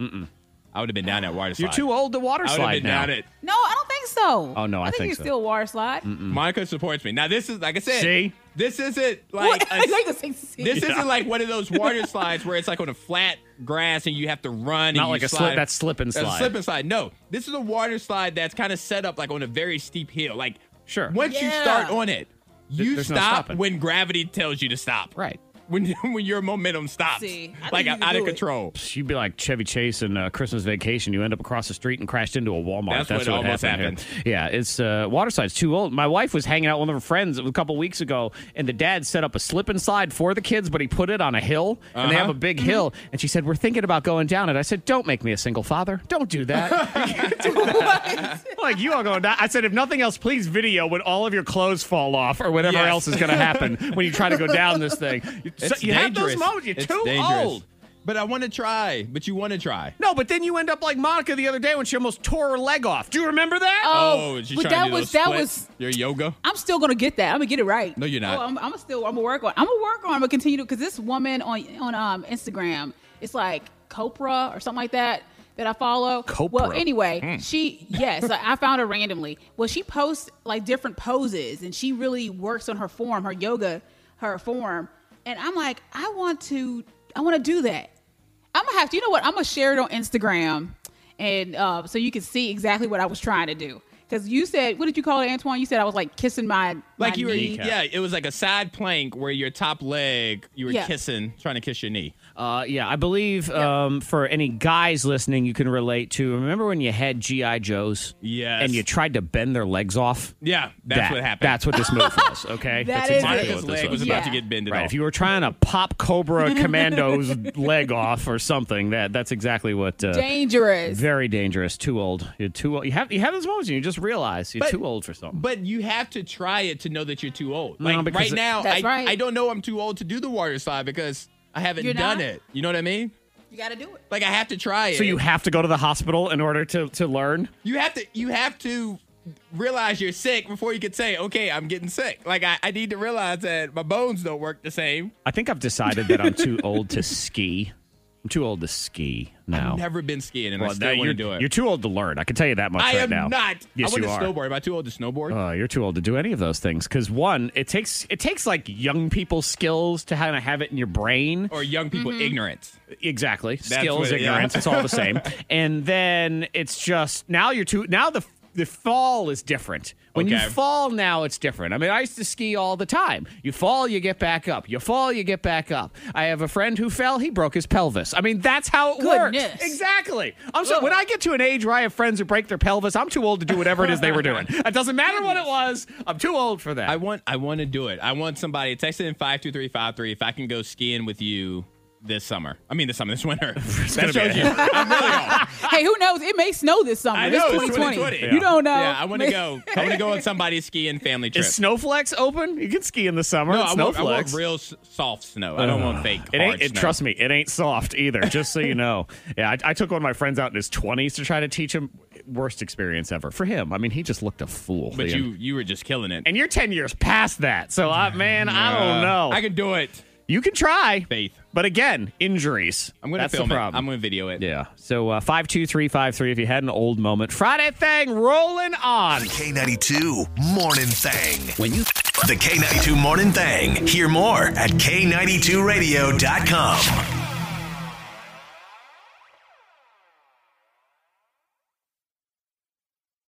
S3: I would have been down that water slide.
S1: You're too old to water
S3: I would have
S1: slide
S3: been
S1: now.
S3: down it.
S5: No, I don't think so.
S1: Oh, no, I
S5: think,
S1: think
S5: you
S1: so.
S5: still water slide.
S3: Monica supports me. Now this is like I said.
S1: Mm. See?
S3: this isn't like
S5: What?
S3: a-
S5: Like, like the same thing.
S3: this
S1: Yeah.
S3: isn't like one of those water slides where it's like on a flat grass and you have to run. and
S1: Not
S3: you
S1: like a
S3: slide.
S1: slip, that's slip and
S3: That's a
S1: slide.
S3: slip and slide. No, this is a water slide that's kind of set up like on a very steep hill. Like
S1: Sure.
S3: once you
S5: Yeah.
S3: start on it, you
S1: there's no
S3: stop
S1: stopping.
S3: when gravity tells you to stop.
S1: Right.
S3: When when your momentum stops,
S5: See, I think
S3: like
S5: you can
S3: out
S5: do
S3: of
S5: it.
S3: control.
S1: You'd be like Chevy Chase in uh, Christmas Vacation. You end up across the street and crashed into a Walmart.
S3: That's what almost
S1: here. Yeah, it's uh, Waterside's too old. My wife was hanging out with one of her friends a couple weeks ago, and the dad set up a slip and slide for the kids, but he put it on a hill, and they
S3: Uh-huh.
S1: have a big hill. And she said, "We're thinking about going down it." I said, "Don't make me a single father. Don't do that." like you all going down. I said, "If nothing else, please video when all of your clothes fall off or whatever
S3: Yes.
S1: else is going to happen when you try to go down this thing." You- so-
S3: It's
S1: you have those
S3: dangerous.
S1: moments. You're
S3: It's
S1: too
S3: dangerous.
S1: old.
S3: But I want to try. But you want to try.
S1: No, but then you end up like Monica the other day when she almost tore her leg off. Do you remember that?
S3: Oh, is she
S5: but
S3: trying
S5: that
S3: to do those
S5: was- that
S3: splits?
S5: was-
S3: your yoga.
S5: I'm still gonna get that. I'm gonna get it right.
S3: No, you're not.
S5: Oh, I'm, I'm still. I'm gonna work on. I'm gonna work on. I'm gonna continue to because this woman on on um Instagram, it's like Copra or something like that that I follow.
S1: Copra? Hmm.
S5: Well, anyway, she yes, I, I found her randomly. Well, she posts like different poses, and she really works on her form, her yoga, her form. And I'm like, I want to. I want to do that. I'm gonna have to. You know what? I'm gonna share it on Instagram, and uh, so you can see exactly what I was trying to do. Because you said, what did you call it, Antoine? You said I was like kissing my
S3: Like
S5: my
S3: you were,
S5: knee.
S3: yeah. It was like a side plank where your top leg, you were
S5: Yeah.
S3: kissing, trying to kiss your knee.
S1: Uh, yeah, I believe um, for any guys listening, you can relate to. Remember when you had GI Joes?
S3: Yes.
S1: And you tried to bend their legs off.
S3: Yeah, that's
S1: That-
S3: what happened.
S1: That's what this move was. Okay,
S5: That
S1: that's exactly
S5: is
S1: what
S5: it.
S3: Monica's
S1: this
S3: leg was
S1: was.
S3: about to
S5: Yeah.
S3: get bended
S1: Right,
S3: off.
S1: if you were trying to pop Cobra Commando's leg off or something, that that's exactly what. Uh,
S5: Dangerous.
S1: very dangerous. Too old. You're too old. You have you have those moments. And you just just realize you're
S3: But-
S1: too old for something.
S3: But you have to try it to know that you're too old.
S1: No,
S3: Like
S1: because
S3: right
S1: it-
S3: now, I,
S5: That's right.
S3: I don't know I'm too old to do the warrior slide because I haven't
S5: You're
S3: done
S5: not?
S3: it. You know what I mean?
S5: You got to do it.
S3: Like I have to try it.
S1: So you have to go to the hospital in order to to learn.
S3: you have to you have to realize you're sick before you can say, okay, I'm getting sick. Like I, I need to realize that my bones don't work the same.
S1: I think I've decided that I'm too old to ski. I'm too old to ski now.
S3: I've never been skiing and I
S1: Oh. Well, now
S3: still want
S1: you're,
S3: to do it.
S1: you're too old to learn. I can tell you that much
S3: I
S1: right
S3: am
S1: now.
S3: not.
S1: Yes,
S3: I want
S1: you
S3: to
S1: are.
S3: snowboard. Am I too old to snowboard?
S1: Uh, you're too old to do any of those things because one, it takes it takes like young people skills to kind of have it in your brain.
S3: or young people
S5: Mm-hmm.
S3: ignorance?
S1: Exactly,
S3: That's
S1: skills,
S3: what it- yeah.
S1: ignorance, it's all the same. And then it's just now you're too now the the fall is different. When
S3: Okay.
S1: you fall now, it's different. I mean, I used to ski all the time. You fall, you get back up. You fall, you get back up. I have a friend who fell; he broke his pelvis. I mean, that's how it
S5: Goodness.
S1: works. Exactly. I'm so when I get to an age where I have friends who break their pelvis, I'm too old to do whatever it is they were doing. It doesn't matter what it was. I'm too old for that.
S3: I want I want to do it. I want somebody text in five two three five three if I can go skiing with you this summer. I mean this summer, this winter. that
S1: gonna be
S3: shows
S1: a-
S3: you. I'm really old.
S5: Hey, who knows? It may snow this summer.
S3: I know
S5: it's 2020. You don't know.
S3: Yeah, I want to
S5: May-
S3: go. I want to go on somebody's skiing family trip.
S1: is Snowflex open? You can ski in the summer.
S3: no,
S1: at
S3: I want, I want
S1: Snowflex.
S3: real s- soft snow. I don't want fake.
S1: Oh, It ain't.
S3: hard
S1: It,
S3: snow.
S1: trust me, it ain't soft either. Just so you know. Yeah, I, I took one of my friends out in his twenties to try to teach him. Worst experience ever for him. I mean, he just looked a fool.
S3: But
S1: man.
S3: you you were just killing it. Uh,
S1: and oh, you're ten years past that. So, I, man, I don't know.
S3: I can do it.
S1: you can try,
S3: Faith.
S1: but again, injuries.
S3: I'm gonna
S1: That's
S3: film
S1: the
S3: it.
S1: problem.
S3: I'm gonna video it.
S1: yeah. So uh, five two three five three. If you had an old moment, Friday thing rolling on.
S8: K92 Morning Thing. When you the K92 Morning Thing. Hear more at K92Radio.com.